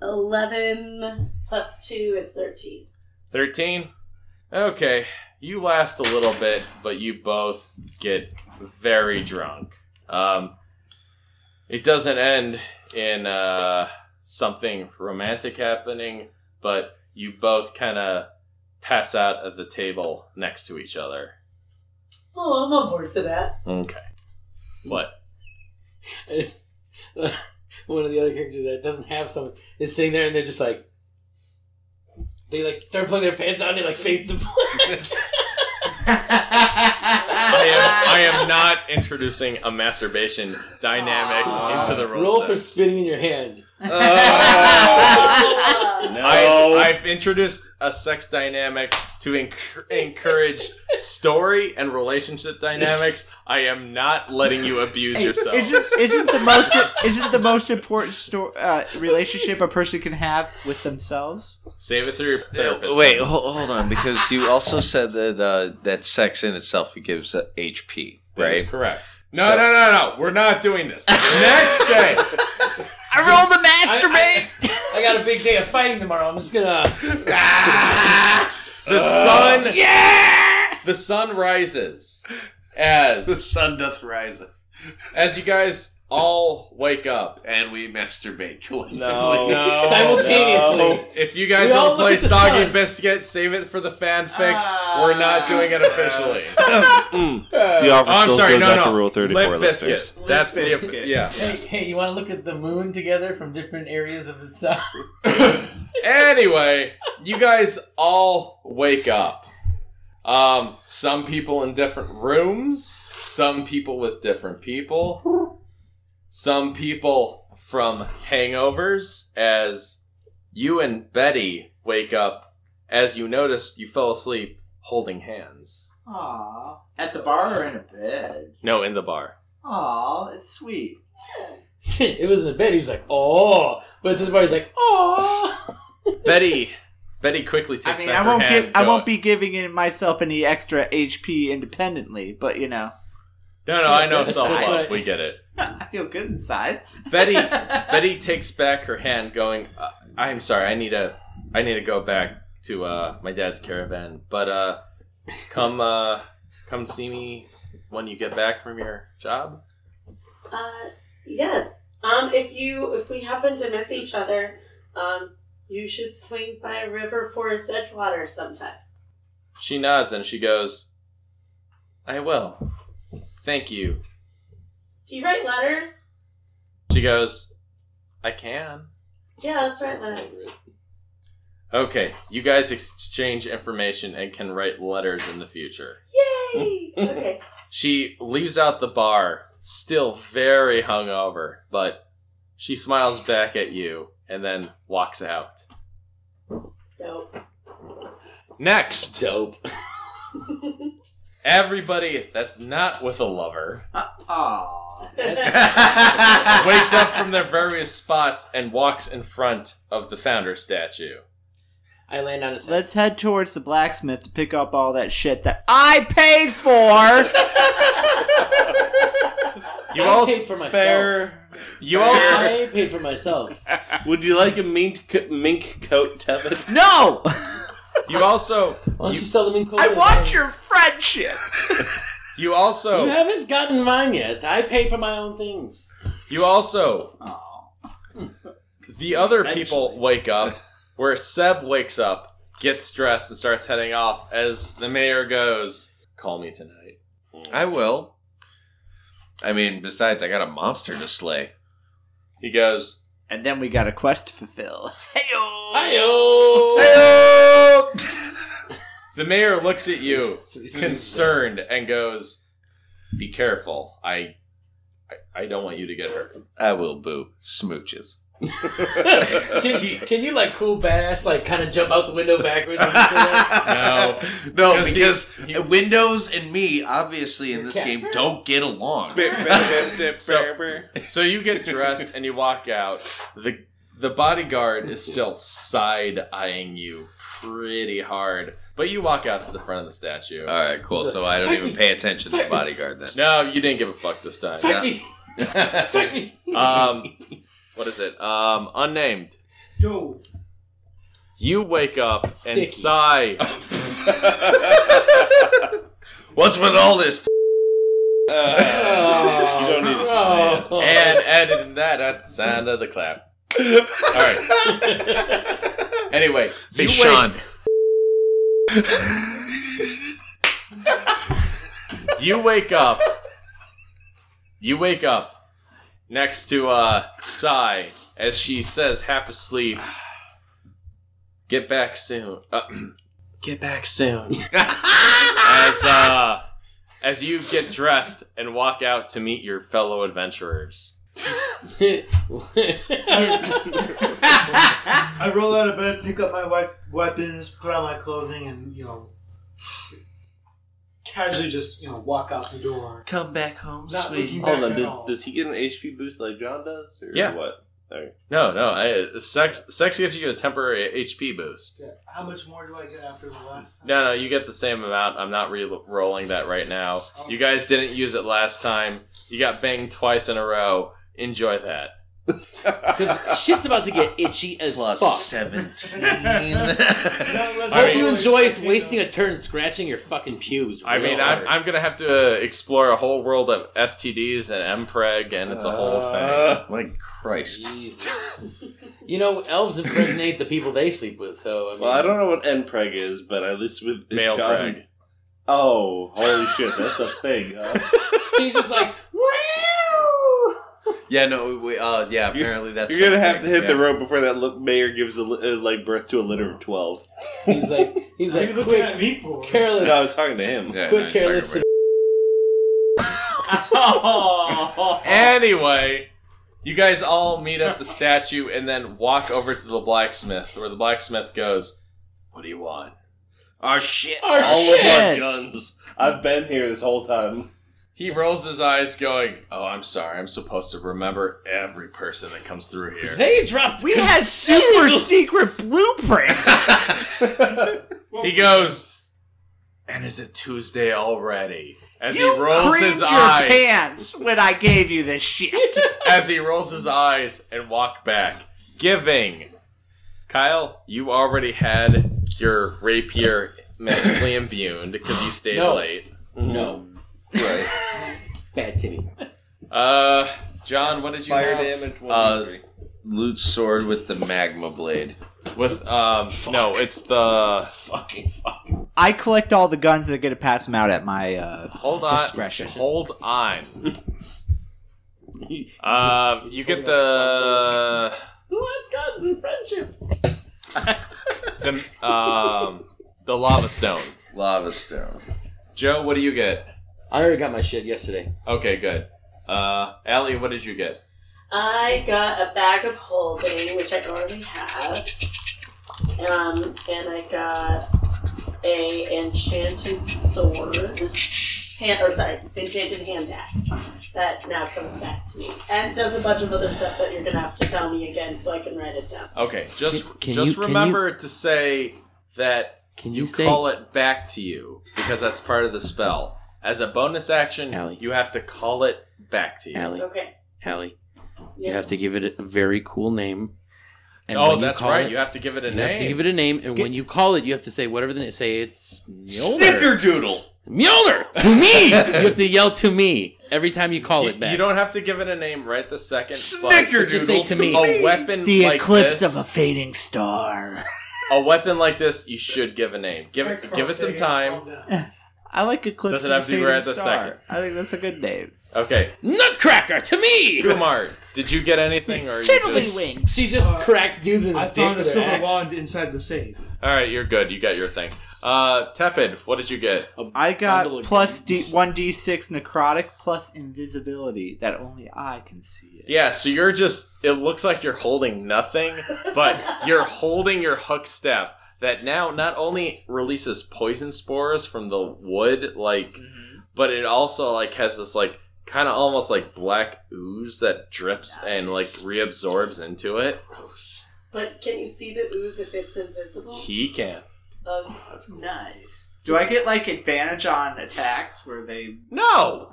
B: Eleven plus two is thirteen.
I: 13. Okay, you last a little bit, but you both get very drunk. Um, it doesn't end in uh, something romantic happening, but you both kind of pass out at the table next to each other.
B: Oh, I'm on board for that.
I: Okay. What?
E: One of the other characters that doesn't have someone is sitting there and they're just like, they like start pulling their pants on and it like fades to black.
I: I am, I am not introducing a masturbation dynamic into the rule
E: Roll
I: set.
E: for spitting in your hand.
I: I've, I've introduced a sex dynamic to enc- encourage story and relationship dynamics. I am not letting you abuse yourself.
P: Isn't, isn't the most isn't the most important sto- uh, relationship a person can have with themselves?
I: Save it through your
Q: Uh,
I: therapist.
C: Wait, hold, hold on, because you also said that uh, that sex in itself gives uh, HP, right?
I: That's correct. No, no, no, no. We're not doing this. Next day.
E: I roll the masturbate. I, got a big day of fighting tomorrow. I'm just gonna.
I: The
Q: Uh.
I: sun. Yeah. The sun rises as the
Q: sun doth rise.
I: As you guys all wake up
Q: and we masturbate collectively.
I: no,
E: Oh,
I: no. If you guys
Q: We all
I: don't
Q: look
I: play
Q: at the
I: Soggy
Q: sun. Ah.
I: Biscuit, save it for the fanfics. We're not doing it officially.
C: Uh,
H: The offer
I: Oh, I'm
H: still
I: sorry,
H: goes
I: no,
H: out
I: no.
H: to Rule 34
I: Limp Bizkit.
H: listeners.
I: That's
E: Limp
I: the
E: Bizkit.
I: yeah.
E: Hey, hey, you want to look at the moon together from different areas of the sun?
I: anyway, you guys all wake up. Um, some people in different rooms, some people with different people, some people from hangovers, as you and Betty wake up. As you noticed, you fell asleep holding hands.
P: Aw. At the bar or in a bed?
I: No, in the bar.
P: Aw, it's sweet.
E: it was in the bed. He was like, "Oh," but it's in the bar. He's like, "Oh."
I: Betty, Betty quickly
P: I
I: takes
P: mean,
I: back
P: I
I: her
P: won't
I: hand.
P: give, I
I: go-
P: won't be giving in myself any extra HP independently, but you know,
I: No, no, I know
P: That's
I: self
P: what I-
I: love. We get it.
P: I feel good inside.
I: Betty, Betty takes back her hand, going, uh, "I'm sorry. I need to. I need to go back to uh, my dad's caravan. But uh, come, uh, come see me when you get back from your job."
B: Uh, yes. Um, if you if we happen to miss each other, um, you should swing by River Forest Edgewater sometime.
I: She nods and she goes, "I will. Thank you."
B: Do you write letters?
I: She goes, "I can."
B: Yeah, let's write letters.
I: Okay, you guys exchange information and can write letters in the future.
B: Yay! Okay.
I: She leaves out the bar, still very hungover, but she smiles back at you and then walks out.
B: Dope.
I: Next!
E: Dope.
I: Everybody that's not with a lover
P: Aw.
I: wakes up from their various spots and walks in front of the founder statue.
E: I land on his head.
P: Let's head towards the blacksmith to pick up all that shit that I paid for.
I: You
E: I
I: all
E: paid for myself.
I: fair- You all
E: I paid for myself.
H: Would you like a mink, co- mink coat, Tevin?
P: no.
I: You also
E: Why don't you, sell them in cold?
P: I want your friendship.
I: You also
E: You haven't gotten mine yet. I pay for my own things.
I: You also. The other people wake up, where Seb wakes up, gets dressed, and starts heading off as the mayor goes, Call me tonight.
C: I will. I mean, besides, I got a monster to slay.
I: He goes,
P: and then we got a quest to fulfill.
E: Ayo!
I: The mayor looks at you, concerned, and goes, Be careful. I, I, I don't want you to get hurt.
C: I will boo smooches.
E: can, you- can you like cool badass like kind of jump out the window backwards? and shit?
I: No,
C: no,
I: Because he-
C: because Windows and me obviously in this
E: Yeah.
C: game don't get along.
I: so, so you get dressed and you walk out. The the bodyguard is still side eyeing you pretty hard, but you walk out to the front of the statue.
C: All right, cool. So I don't even pay attention to the bodyguard then.
I: No, you didn't give a fuck this time.
C: Fuck me.
E: Fuck me.
I: Um, what is it? Um, unnamed.
G: Yo.
I: You wake up
G: Sticky.
I: and sigh.
C: What's with all this?
I: Uh,
E: Oh,
I: you don't need to say it. And added in that at the sound of the clap. All right. Anyway,
C: Hey,
I: you wake-
C: Sean.
I: you wake up. You wake up next to uh Sai as she says half asleep. Get back soon. Uh, get back soon. as uh as you get dressed and walk out to meet your fellow adventurers.
G: I roll out of bed, pick up my we- weapons, put on my clothing, and you know, casually just you know walk out the door.
C: Come back home,
G: Not looking back
H: Hold on.
G: at
H: Does,
G: all.
H: does he get an HP boost like John does? Or
I: Yeah.
H: What? All right.
I: No, no, I, sex sex gives you a temporary HP boost.
G: Yeah. How much more do I get after the last?
I: No, no, you get the same amount. I'm not re-rolling that right now. You guys didn't use it last time. You got banged twice in a row. Enjoy that.
E: Because shit's about to get itchy as fuck.
C: seventeen.
E: I hope you enjoy wasting a turn scratching your fucking pubes.
I: I
E: real
I: mean,
E: hard.
I: I'm, I'm gonna have to uh, explore a whole world of STDs and mpreg, and it's a whole
C: Uh,
I: thing.
C: My Christ.
E: you know, elves impregnate the people they sleep with, so I mean,
H: Well, I don't know what NPreg is, but at least with
I: Male
H: John-
I: preg.
H: Oh, holy shit! That's a thing. Huh?
E: he's just like,
C: Yeah, no, we, uh, yeah. Apparently, that's
H: You're gonna have to hit
C: yeah.
H: the road before that li- mayor gives a li- uh, like birth to a litter of twelve.
E: he's like, he's
G: What are
E: like,
G: you looking
E: quick,
G: at me for?
E: careless,
H: No, I was talking to him.
C: Yeah,
E: quick,
C: no, sorry,
E: careless.
C: right.
I: Anyway, You guys all meet at the statue and then walk over to the blacksmith, where the blacksmith goes, What do you want?
A: Oh shit.
H: Our
I: all
H: shit.
I: of our guns. I've been here this whole time. He rolls his eyes, going, "Oh, I'm sorry. I'm supposed to remember every person that comes through here."
E: They dropped.
P: We had super secret blueprints.
I: He goes, "And is it Tuesday already?" As
P: you
I: he rolls
P: creamed
I: his
P: your
I: eyes,
P: pants when I gave you this shit.
I: as he rolls his eyes and walk back, giving. Kyle, you already had your rapier magically imbued because you stayed
E: No.
I: late.
E: No.
I: Right.
E: Bad Timmy.
I: Uh, John, what did you
H: Fire
I: have?
H: damage one.
A: Uh, loot sword with the magma blade.
I: With um, no, it's the
E: fucking fuck.
P: I collect all the guns and get to pass them out at my uh,
I: Hold on.
P: discretion.
I: Hold on. um, you get the
E: Who wants guns and friendship?
I: the um the lava stone.
A: Lava stone.
I: Joe, what do you get?
E: I already got my shit yesterday.
I: Okay, good. Uh, Allie, what did you get?
B: I got a bag of holding, which I already have. Um, and I got a enchanted sword. Hand, or sorry, enchanted hand axe. That now comes back to me. And does a bunch of other stuff that you're gonna have to tell me again so I can write it down.
I: Okay, just
E: Can- can
I: just
E: you- can
I: remember to say that
E: Can
I: you,
E: you say-
I: call it back to you because that's part of the spell. As a bonus action,
E: Allie.
I: you have to call it back to you.
E: Allie.
B: Okay.
E: Allie, you
B: Yes.
E: have to give it a very cool name.
I: Oh,
E: when you
I: that's
E: call
I: right, you have to give it a
E: you have to
I: name.
E: give it a name, and when you call it, you have to say whatever the name. Say it's Mjolnir.
A: Snickerdoodle.
E: Mjolnir to me. you have to yell to me every time you call
I: You,
E: Oh, it back.
I: you don't have to give it a name right the second. but
E: Snickerdoodle Just say to me.
I: A weapon
P: the
I: like
P: eclipse
I: this,
P: of a fading star.
I: a weapon like this, you should give a name. Give it, give it some time.
P: I like eclipse.
I: Doesn't
P: of
I: have to be
P: fading
I: right at the
P: star.
I: second.
P: I think that's a good name.
I: Okay,
E: Nutcracker to me.
I: Kumar, did you get anything or are you just...
E: She just
H: Uh,
E: cracks dudes in the
G: I
E: dick
G: found a
E: with her
G: silver
E: axe.
G: wand inside the safe.
I: All right, you're good. You got your thing. Uh, Tepid, what did you get?
P: I got plus D one D six necrotic plus invisibility that only I can see.
I: Yeah, so you're just. It looks like you're holding nothing, but you're holding your hook staff that now not only releases poison spores from the wood, like,
P: Mm-hmm.
I: but it also like has this like kind of almost like black ooze that drips and like reabsorbs into it.
B: But can you see the ooze if it's invisible?
I: He can.
B: Oh, nice.
P: Do I get like advantage on attacks where they?
I: No.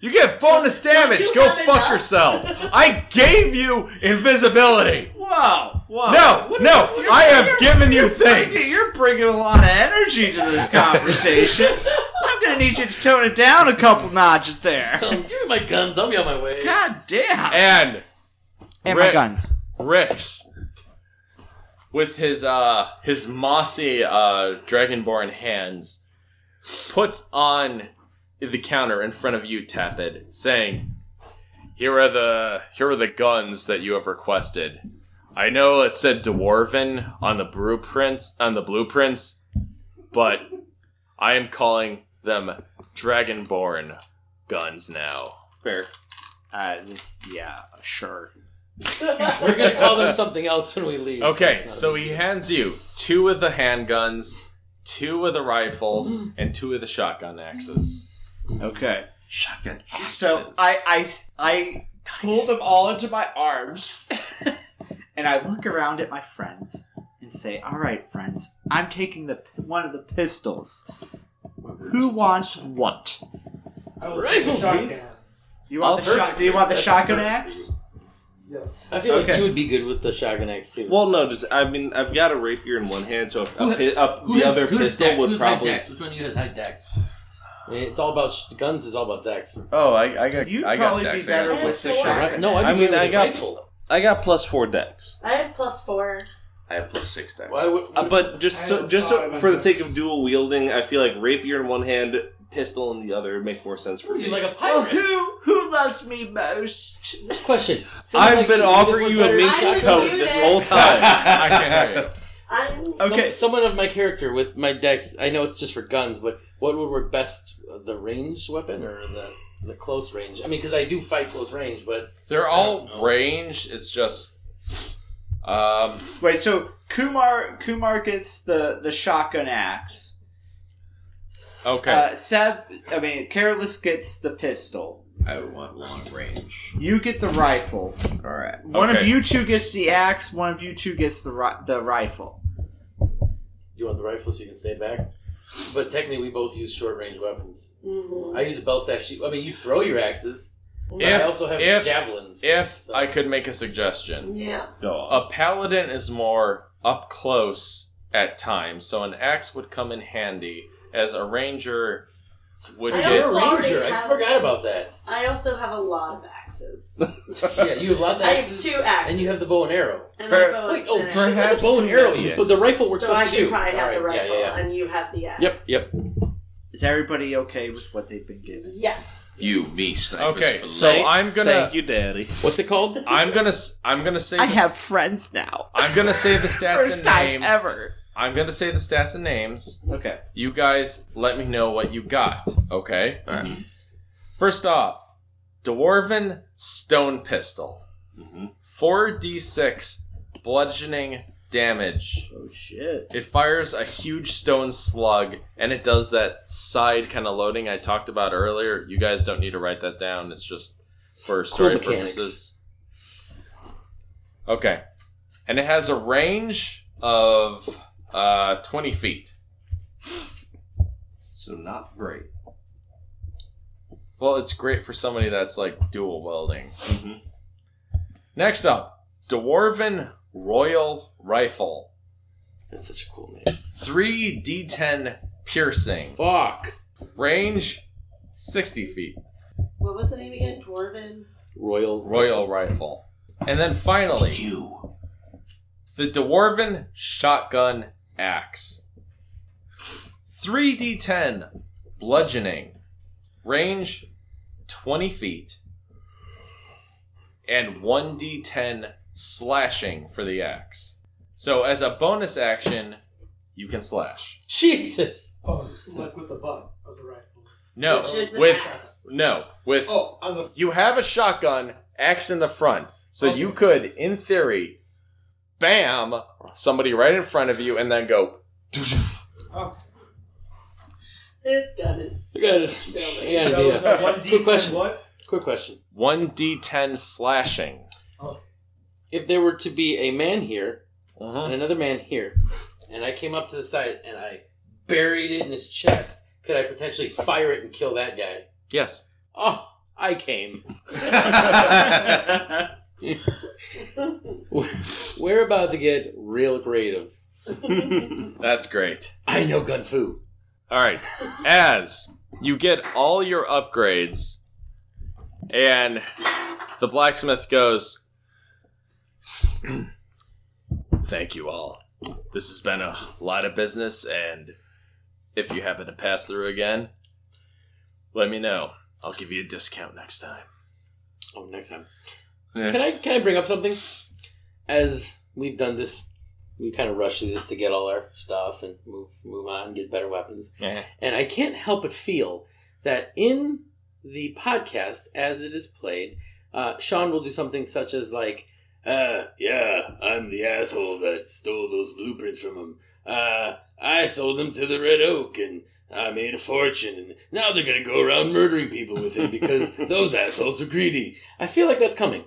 I: You get bonus damage. Go
P: have
I: fuck
P: enough?
I: yourself. I gave you invisibility.
P: Whoa! Whoa!
I: No,
P: Oh, What are-
I: no,
P: what are-
I: I have given you
P: Bringing-
I: things.
P: You're bringing a lot of energy to this conversation. I'm gonna need you to tone it down a couple notches there.
E: Tell him, give me my guns. I'll be on my way.
P: God damn!
I: And
P: And
I: Rick-
P: my guns.
I: Rix with his uh his mossy uh dragonborn hands puts on the counter in front of you, Tepid, saying, Here are the here are the guns that you have requested. I know it said Dwarven on the blueprints on the blueprints, but I am calling them Dragonborn guns now.
H: Fair.
P: Uh, this, yeah, sure.
E: We're gonna call them something else when we leave.
I: Okay,
E: It's not a
I: so
E: big
I: he
E: deal.
I: hands you two of the handguns, two of the rifles, and two of the shotgun axes.
P: Okay.
A: Shotgun.
P: So I, I s- I pull them all into my arms, and I look around at my friends and say, "All right, friends, I'm taking the one of the pistols. Who wants what?
E: Rifle,
G: Shotgun.
E: please.
P: You want
E: Oh,
P: the shot?
E: perfect.
P: Do you want the
E: That's
P: shotgun
E: perfect.
P: axe?
G: Yes.
E: I feel
H: Okay.
E: like you would be good with the shotgun axe too.
H: Well, no, just I mean I've got a rapier in one hand, so a,
E: Who
H: a,
E: ha-
H: pi- a-
E: Who
H: the
E: has-
H: other
E: who has
H: pistol
E: Dex?
H: would
E: Who's got
H: probably.
E: Dex? Which one of you has high dex? It's all about sh- guns. Is all about dex.
A: Oh, I, I got.
P: You'd
A: I got
P: probably
A: Dex.
P: be
A: I got
P: better
A: Dex.
P: with the
B: Right,
P: shotgun.
E: No,
H: I
E: I,
H: mean, I got-
E: Rifle.
H: I got plus four dex,
B: I have plus four.
A: I have plus six Dex.
E: Why would,
H: uh, but just
G: I
H: so,
G: have
H: just so,
G: five
H: for the
G: dex.
H: sake of dual wielding, I feel like rapier in one hand, pistol in the other would make more sense for me.
E: you like a pirate?
P: Well,
A: Oh,
P: who who loves me most?
E: Question.
H: I've
E: Like,
H: been
E: you
H: offering
E: would
H: you a
E: better-
H: mink
B: I would
H: coat
B: do
H: this
B: that.
H: whole time.
I: I can hear you.
B: I'm
E: Some-
P: Okay.
E: someone of my character with my dex. I know it's just for guns, but what would work best? Uh, The ranged weapon or the the close range. I mean, because I do fight close range, but
I: They're all ranged. It's just. Um,
P: Wait, so Kumar Kumar gets the the shotgun axe.
I: okay.
P: Uh, Seb, I mean, Careless gets the pistol.
Q: I want long range.
P: You get the rifle.
Q: All right.
P: One of you two gets the axe. One of you two gets the ri- the rifle.
E: you want the rifle so you can stay back. But technically, we both use short range weapons.
B: Mm-hmm.
E: I use a bell staff sheet. I mean, you throw your axes. But I
I: If-
E: also have
I: if-
E: javelins.
I: If I could make a suggestion.
B: Yeah.
I: A paladin is more up close at times, so an axe would come in handy as a ranger would
B: I
I: get.
B: also already have-
E: that.
B: I also have a lot of axes.
E: yeah, you have lots of
B: I have
E: axes.
B: two axes.
E: And you have the bow and arrow.
B: And I have bow
E: Wait,
B: and
E: oh,
B: arrow.
E: she's got the bow and arrow, you- but the rifle we're
B: so
E: supposed
B: I
E: to
B: should
E: do.
B: probably have the
E: All right,
B: rifle,
E: yeah, yeah, yeah.
B: and you have the axe.
E: Yep, yep.
P: Is everybody okay with what they've been given?
B: Yes.
Q: You, me, snipers
I: Okay,
Q: for
I: so
Q: life.
I: I'm gonna.
Q: Thank
I: you,
H: Daddy.
E: What's it called?
I: I'm gonna. s- I'm gonna say.
J: I
I: the
J: have friends now.
I: I'm gonna say the stats
J: First
I: and
J: time
I: names.
J: ever.
I: I'm gonna say the stats and names.
P: Okay.
I: You guys let me know what you got, okay? First off, Dwarven Stone Pistol. 4d6 bludgeoning damage.
P: Oh shit.
I: It fires a huge stone slug and it does that side kind of loading I talked about earlier. You guys don't need to write that down, it's just for story
E: mechanics.
I: purposes. Okay. And it has a range of uh, 20 feet.
H: So not great.
I: Well, it's great for somebody that's like dual welding. Next up, Dwarven Royal Rifle.
E: That's such a cool name.
I: 3d10 piercing.
E: Fuck.
I: Range 60 feet.
B: What was the name again? Dwarven.
E: Royal
I: Royal Rifle. And then finally, you. The Dwarven Shotgun Axe. 3d10 bludgeoning. Range 20 feet. And 1d10 slashing for the axe. So, as a bonus action, you can slash.
E: Jesus.
G: Oh, like with the butt of the rifle.
I: No,
G: Which is an
I: with
G: axe.
I: no with.
G: Oh, on the-
I: you have a shotgun, axe in the front, so you could, in theory, bam somebody right in front of you, and then go.
G: oh.
B: This gun is.
E: You gotta,
B: silly.
E: you gotta
I: That
E: be
I: was
E: a-
I: a 1D10
E: quick question.
G: What?
E: Quick question.
I: One d10 slashing.
G: Oh.
E: If there were to be a man here and another man here, and I came up to the side and I buried it in his chest, could I potentially fire it and kill that guy?
I: Yes.
E: Oh, I came. We're about to get real creative.
I: That's great.
E: I know gun fu.
I: All right, as you get all your upgrades, and the blacksmith goes, "Thank you all. This has been a lot of business, and if you happen to pass through again, let me know. I'll give you a discount next time."
E: Oh, next time.
I: Yeah.
E: Can I can I bring up something? As we've done this, we kind of rushed through this to get all our stuff and move move on, get better weapons. And I can't help but feel that in the podcast, as it is played, uh, Sean will do something such as like, uh, "Yeah, I'm the asshole that stole those blueprints from him. Uh, I sold them to the Red Oak, and I made a fortune. And now they're gonna go around murdering people with it because those assholes are greedy." I feel like that's coming.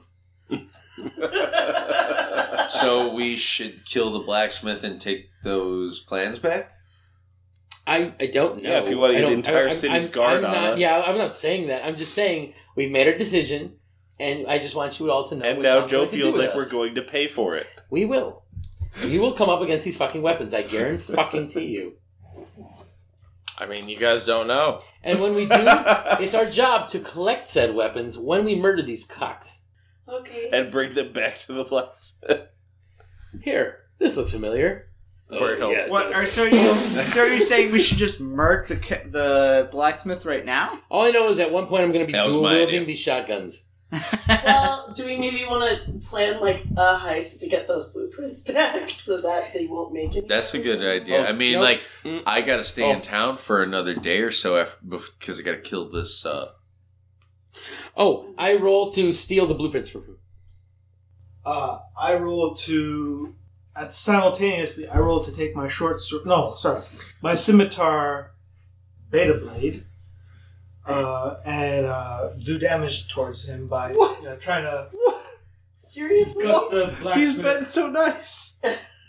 Q: so we should kill the blacksmith and take those plans back.
E: I, I don't know.
Q: Yeah, if you wanna
E: I
Q: get the
E: don't-
Q: entire
E: I'm-
Q: city's
E: I'm-
Q: guard
E: I'm
Q: on
E: not-
Q: us.
E: Yeah, I'm not saying that. I'm just saying we've made our decision, and I just want you all to know.
H: And
E: what
H: now
E: Sean's
H: Joe
E: going to do
H: feels
E: with
H: like
E: us.
H: we're going to pay for it.
E: We will. We will come up against these fucking weapons. I guarantee fucking to you.
I: I mean, you guys don't know.
E: And when we do, it's our job to collect said weapons when we murder these cocks.
B: Okay.
H: And bring them back to the blacksmith.
E: Here, this looks familiar.
H: Oh, yeah, it
P: What?
H: does.
P: Are, so you so are you saying we should just murk the ca- the blacksmith right now?
E: All I know is at one point I'm going to be
P: That was
E: dual
P: my
E: wielding these shotguns.
B: well, do we maybe want to plan like a heist to get those blueprints back so that they won't make it?
Q: That's a good idea.
B: Oh,
Q: I mean,
B: nope.
Q: like,
I: Mm. Oh.
Q: I gotta stay in town for another day or so because I gotta kill this uh,
E: Oh, I roll to steal the blueprints from him.
G: Uh, I roll to. At simultaneously, I roll to take my short sword. No, sorry, my scimitar, beta blade, uh, and uh, do damage towards him by you know, trying to
B: Seriously?
G: cut the blacksmith.
D: so nice.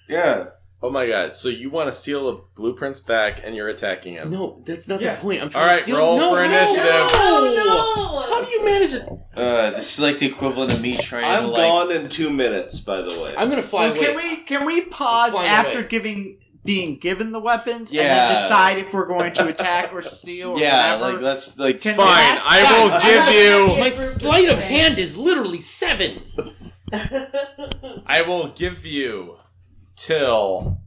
I: Yeah. Oh my god! So you want to steal the blueprints back, and you're attacking him?
E: No, that's not the point. I'm
I: All right, roll for initiative.
B: Oh
E: no! How do you manage it?
Q: Uh, this is like the equivalent of me trying
H: I'm
Q: to like.
H: gone in two minutes, by the way.
E: I'm gonna
J: Well, can we can we pause
E: flying
J: after
E: away.
J: giving being given the weapons and
Q: Yeah.
J: then decide if we're going to attack or steal? Or
Q: yeah,
J: whatever?
Q: like that's like
J: Can Fine,
E: I will
Q: give
E: My sleight of hand is literally seven.
I: I will give you till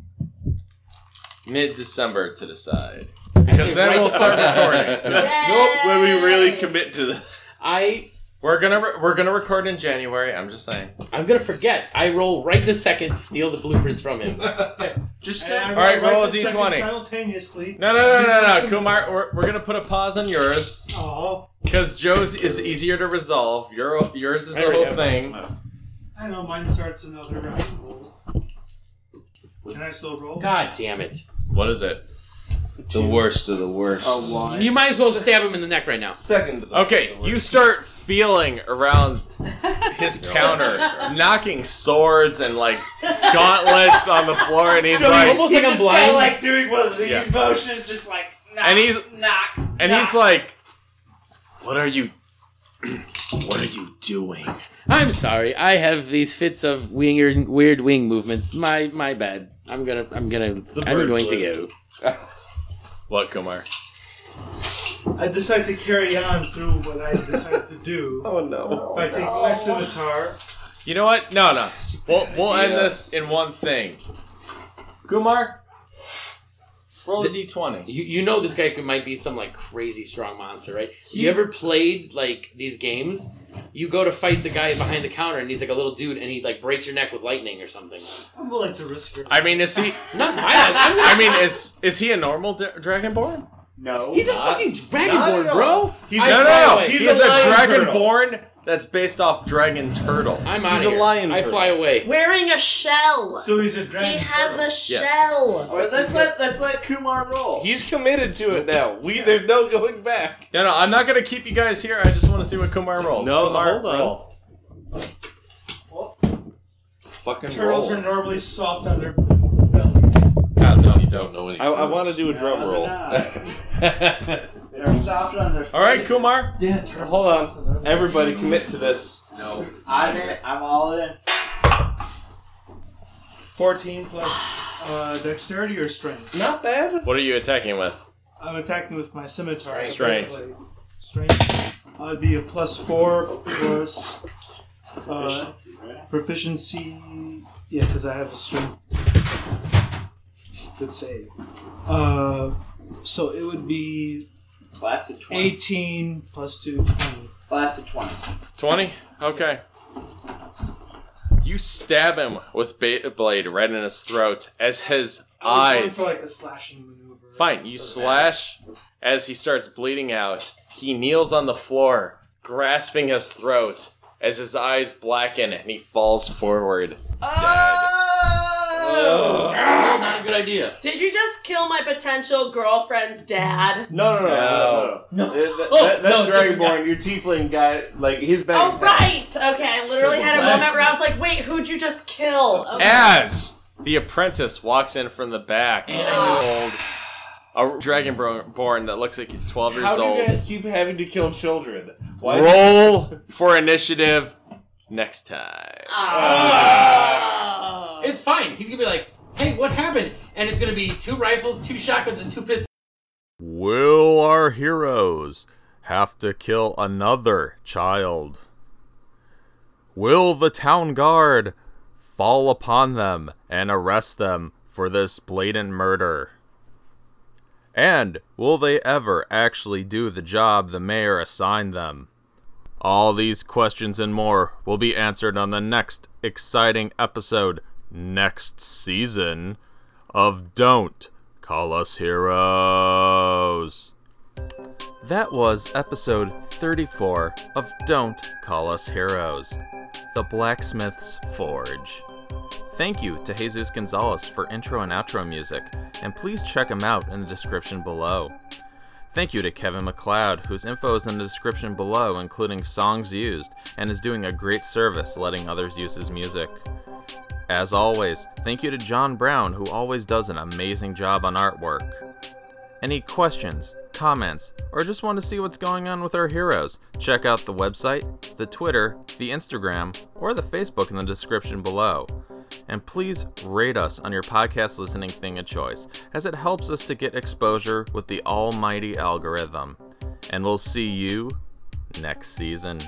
I: mid-December to decide, because then we'll start recording.
H: nope, when we really commit to this.
E: I
I: We're gonna re- we're gonna record in January. I'm just saying.
E: I'm gonna forget. I roll right this second to steal the blueprints from him.
G: Just
I: All right, roll a d20.
G: Simultaneously.
I: No, no, no,
G: Use
I: no,
G: my
I: no,
G: scimitar.
I: Kumar. We're, we're gonna put a pause on yours
G: Oh,
I: because Joe's is easier to resolve. Your yours is
G: I
I: the
G: already
I: whole
G: have
I: thing.
G: I know mine starts another round. Can I still roll?
E: God damn it!
I: What is it?
Q: The worst of the worst.
E: You might as well stab him in the neck right now.
H: Second.
I: Okay, you start feeling around his counter, knocking swords and like gauntlets on the floor, and he's
J: So
I: like,
J: almost like I'm blind.
P: like doing one of these
I: Yeah.
P: motions, just like knock,
I: And he's-
P: knock,
I: and
P: knock.
I: he's like, "What are you? what are you doing?"
E: I'm sorry. I have these fits of weird, weird wing movements. My my bad. I'm gonna I'm gonna
I: the
E: I'm
I: bird
E: going to
I: flu.
E: go.
I: What, Kumar?
G: I decide to carry on through what I decided to do.
H: oh no!
G: By taking my scimitar.
I: You know what? No, no. We'll we'll end
G: idea.
I: this in one thing. Kumar, roll a d20.
E: You, you know this guy could, might be some like crazy strong monster, right? you
I: He's-
E: ever played like these games? You go to fight the guy behind the counter, and he's like a little dude, and he like breaks your neck with lightning or something.
G: I'm willing to risk it.
I: I mean, is he?
E: Not my. I'm not-
I: I mean, is is he a normal d- dragonborn?
J: no.
E: He's a
I: Not-
E: fucking
I: Not at
E: dragonborn,
I: all.
E: bro.
I: He's
E: I
I: no,
E: fly
I: no, no.
E: away.
I: He's,
E: He's
I: a,
E: a lion
I: dragonborn that's based off dragon turtles.
E: I'm
I: He's
E: out of
I: a
E: here.
I: lion.
E: I
I: turtle.
E: fly away.
B: Wearing a shell.
G: So he's a
B: he
G: dragon.
B: has a
I: Yes.
B: shell.
J: All right, let's let let's let Kumar roll.
H: He's committed to it now. We there's no going back.
I: No, no. I'm not gonna keep you guys here. I just want to see what Kumar rolls.
H: No,
I: Kumar,
H: hold on.
I: roll.
Q: fucking
G: Turtles
Q: roll.
G: are normally soft on their bellies.
I: God, no.
Q: You don't know any.
H: I, I
Q: turtles.
H: want to do a drum
P: No,
H: roll.
P: They're soft on their.
I: All right, Kumar.
P: Yeah,
H: Hold on, everybody, commit to this.
Q: No.
P: I'm in. I'm all in.
G: 14 plus uh, dexterity or strength?
H: Not bad.
I: What are you attacking with?
G: I'm attacking with my scimitar.
I: Strength.
G: blade. Strength. Uh, it'd be a plus 4 plus uh, proficiency. Yeah, because I have a strength. Good save. Uh, so it would be
P: Class of twenty.
G: 18 plus 2, 20.
P: Class of twenty.
I: 20? Okay. You stab him with ba- blade right in his throat as his
G: I was going
I: eyes.
G: For like a slashing maneuver.
I: Fine, you slash as he starts bleeding out. He kneels on the floor, grasping his throat as his eyes blacken and he falls forward.
E: Not a good idea.
B: Did you just kill my potential girlfriend's dad?
H: No, no, no, no, no. no. That, that, that's
E: No,
H: Dragonborn. Your tiefling guy, like his bag.
B: Oh right. Okay, I literally had a moment where I was like, "Wait, who'd you just kill?" Okay.
I: As the apprentice walks in from the back, old, a dragonborn that looks like he's 12 years
H: How do
I: old.
H: you guys keep having to kill children? Why?
I: Roll for initiative next time.
B: Ah.
E: It's fine. He's gonna be like, "Hey, what happened?" And it's gonna be two rifles, two shotguns, and two pistols.
A: Will our heroes have to kill another child? Will the town guard fall upon them and arrest them for this blatant murder? And will they ever actually do the job the mayor assigned them? All these questions and more will be answered on the next exciting episode next season of Don't Call Us Heroes. That was episode 34 of Don't Call Us Heroes The Blacksmith's Forge. Thank you to Jesus Gonzalez for intro and outro music, and please check him out in the description below. Thank you to Kevin McLeod, whose info is in the description below, including songs used, and is doing a great service letting others use his music. As always, thank you to John Brown, who always does an amazing job on artwork. Any questions, comments, or just want to see what's going on with our heroes? Check out the website, the Twitter, the Instagram, or the Facebook in the description below. And please rate us on your podcast listening thing of choice, as it helps us to get exposure with the almighty algorithm. And we'll see you next season.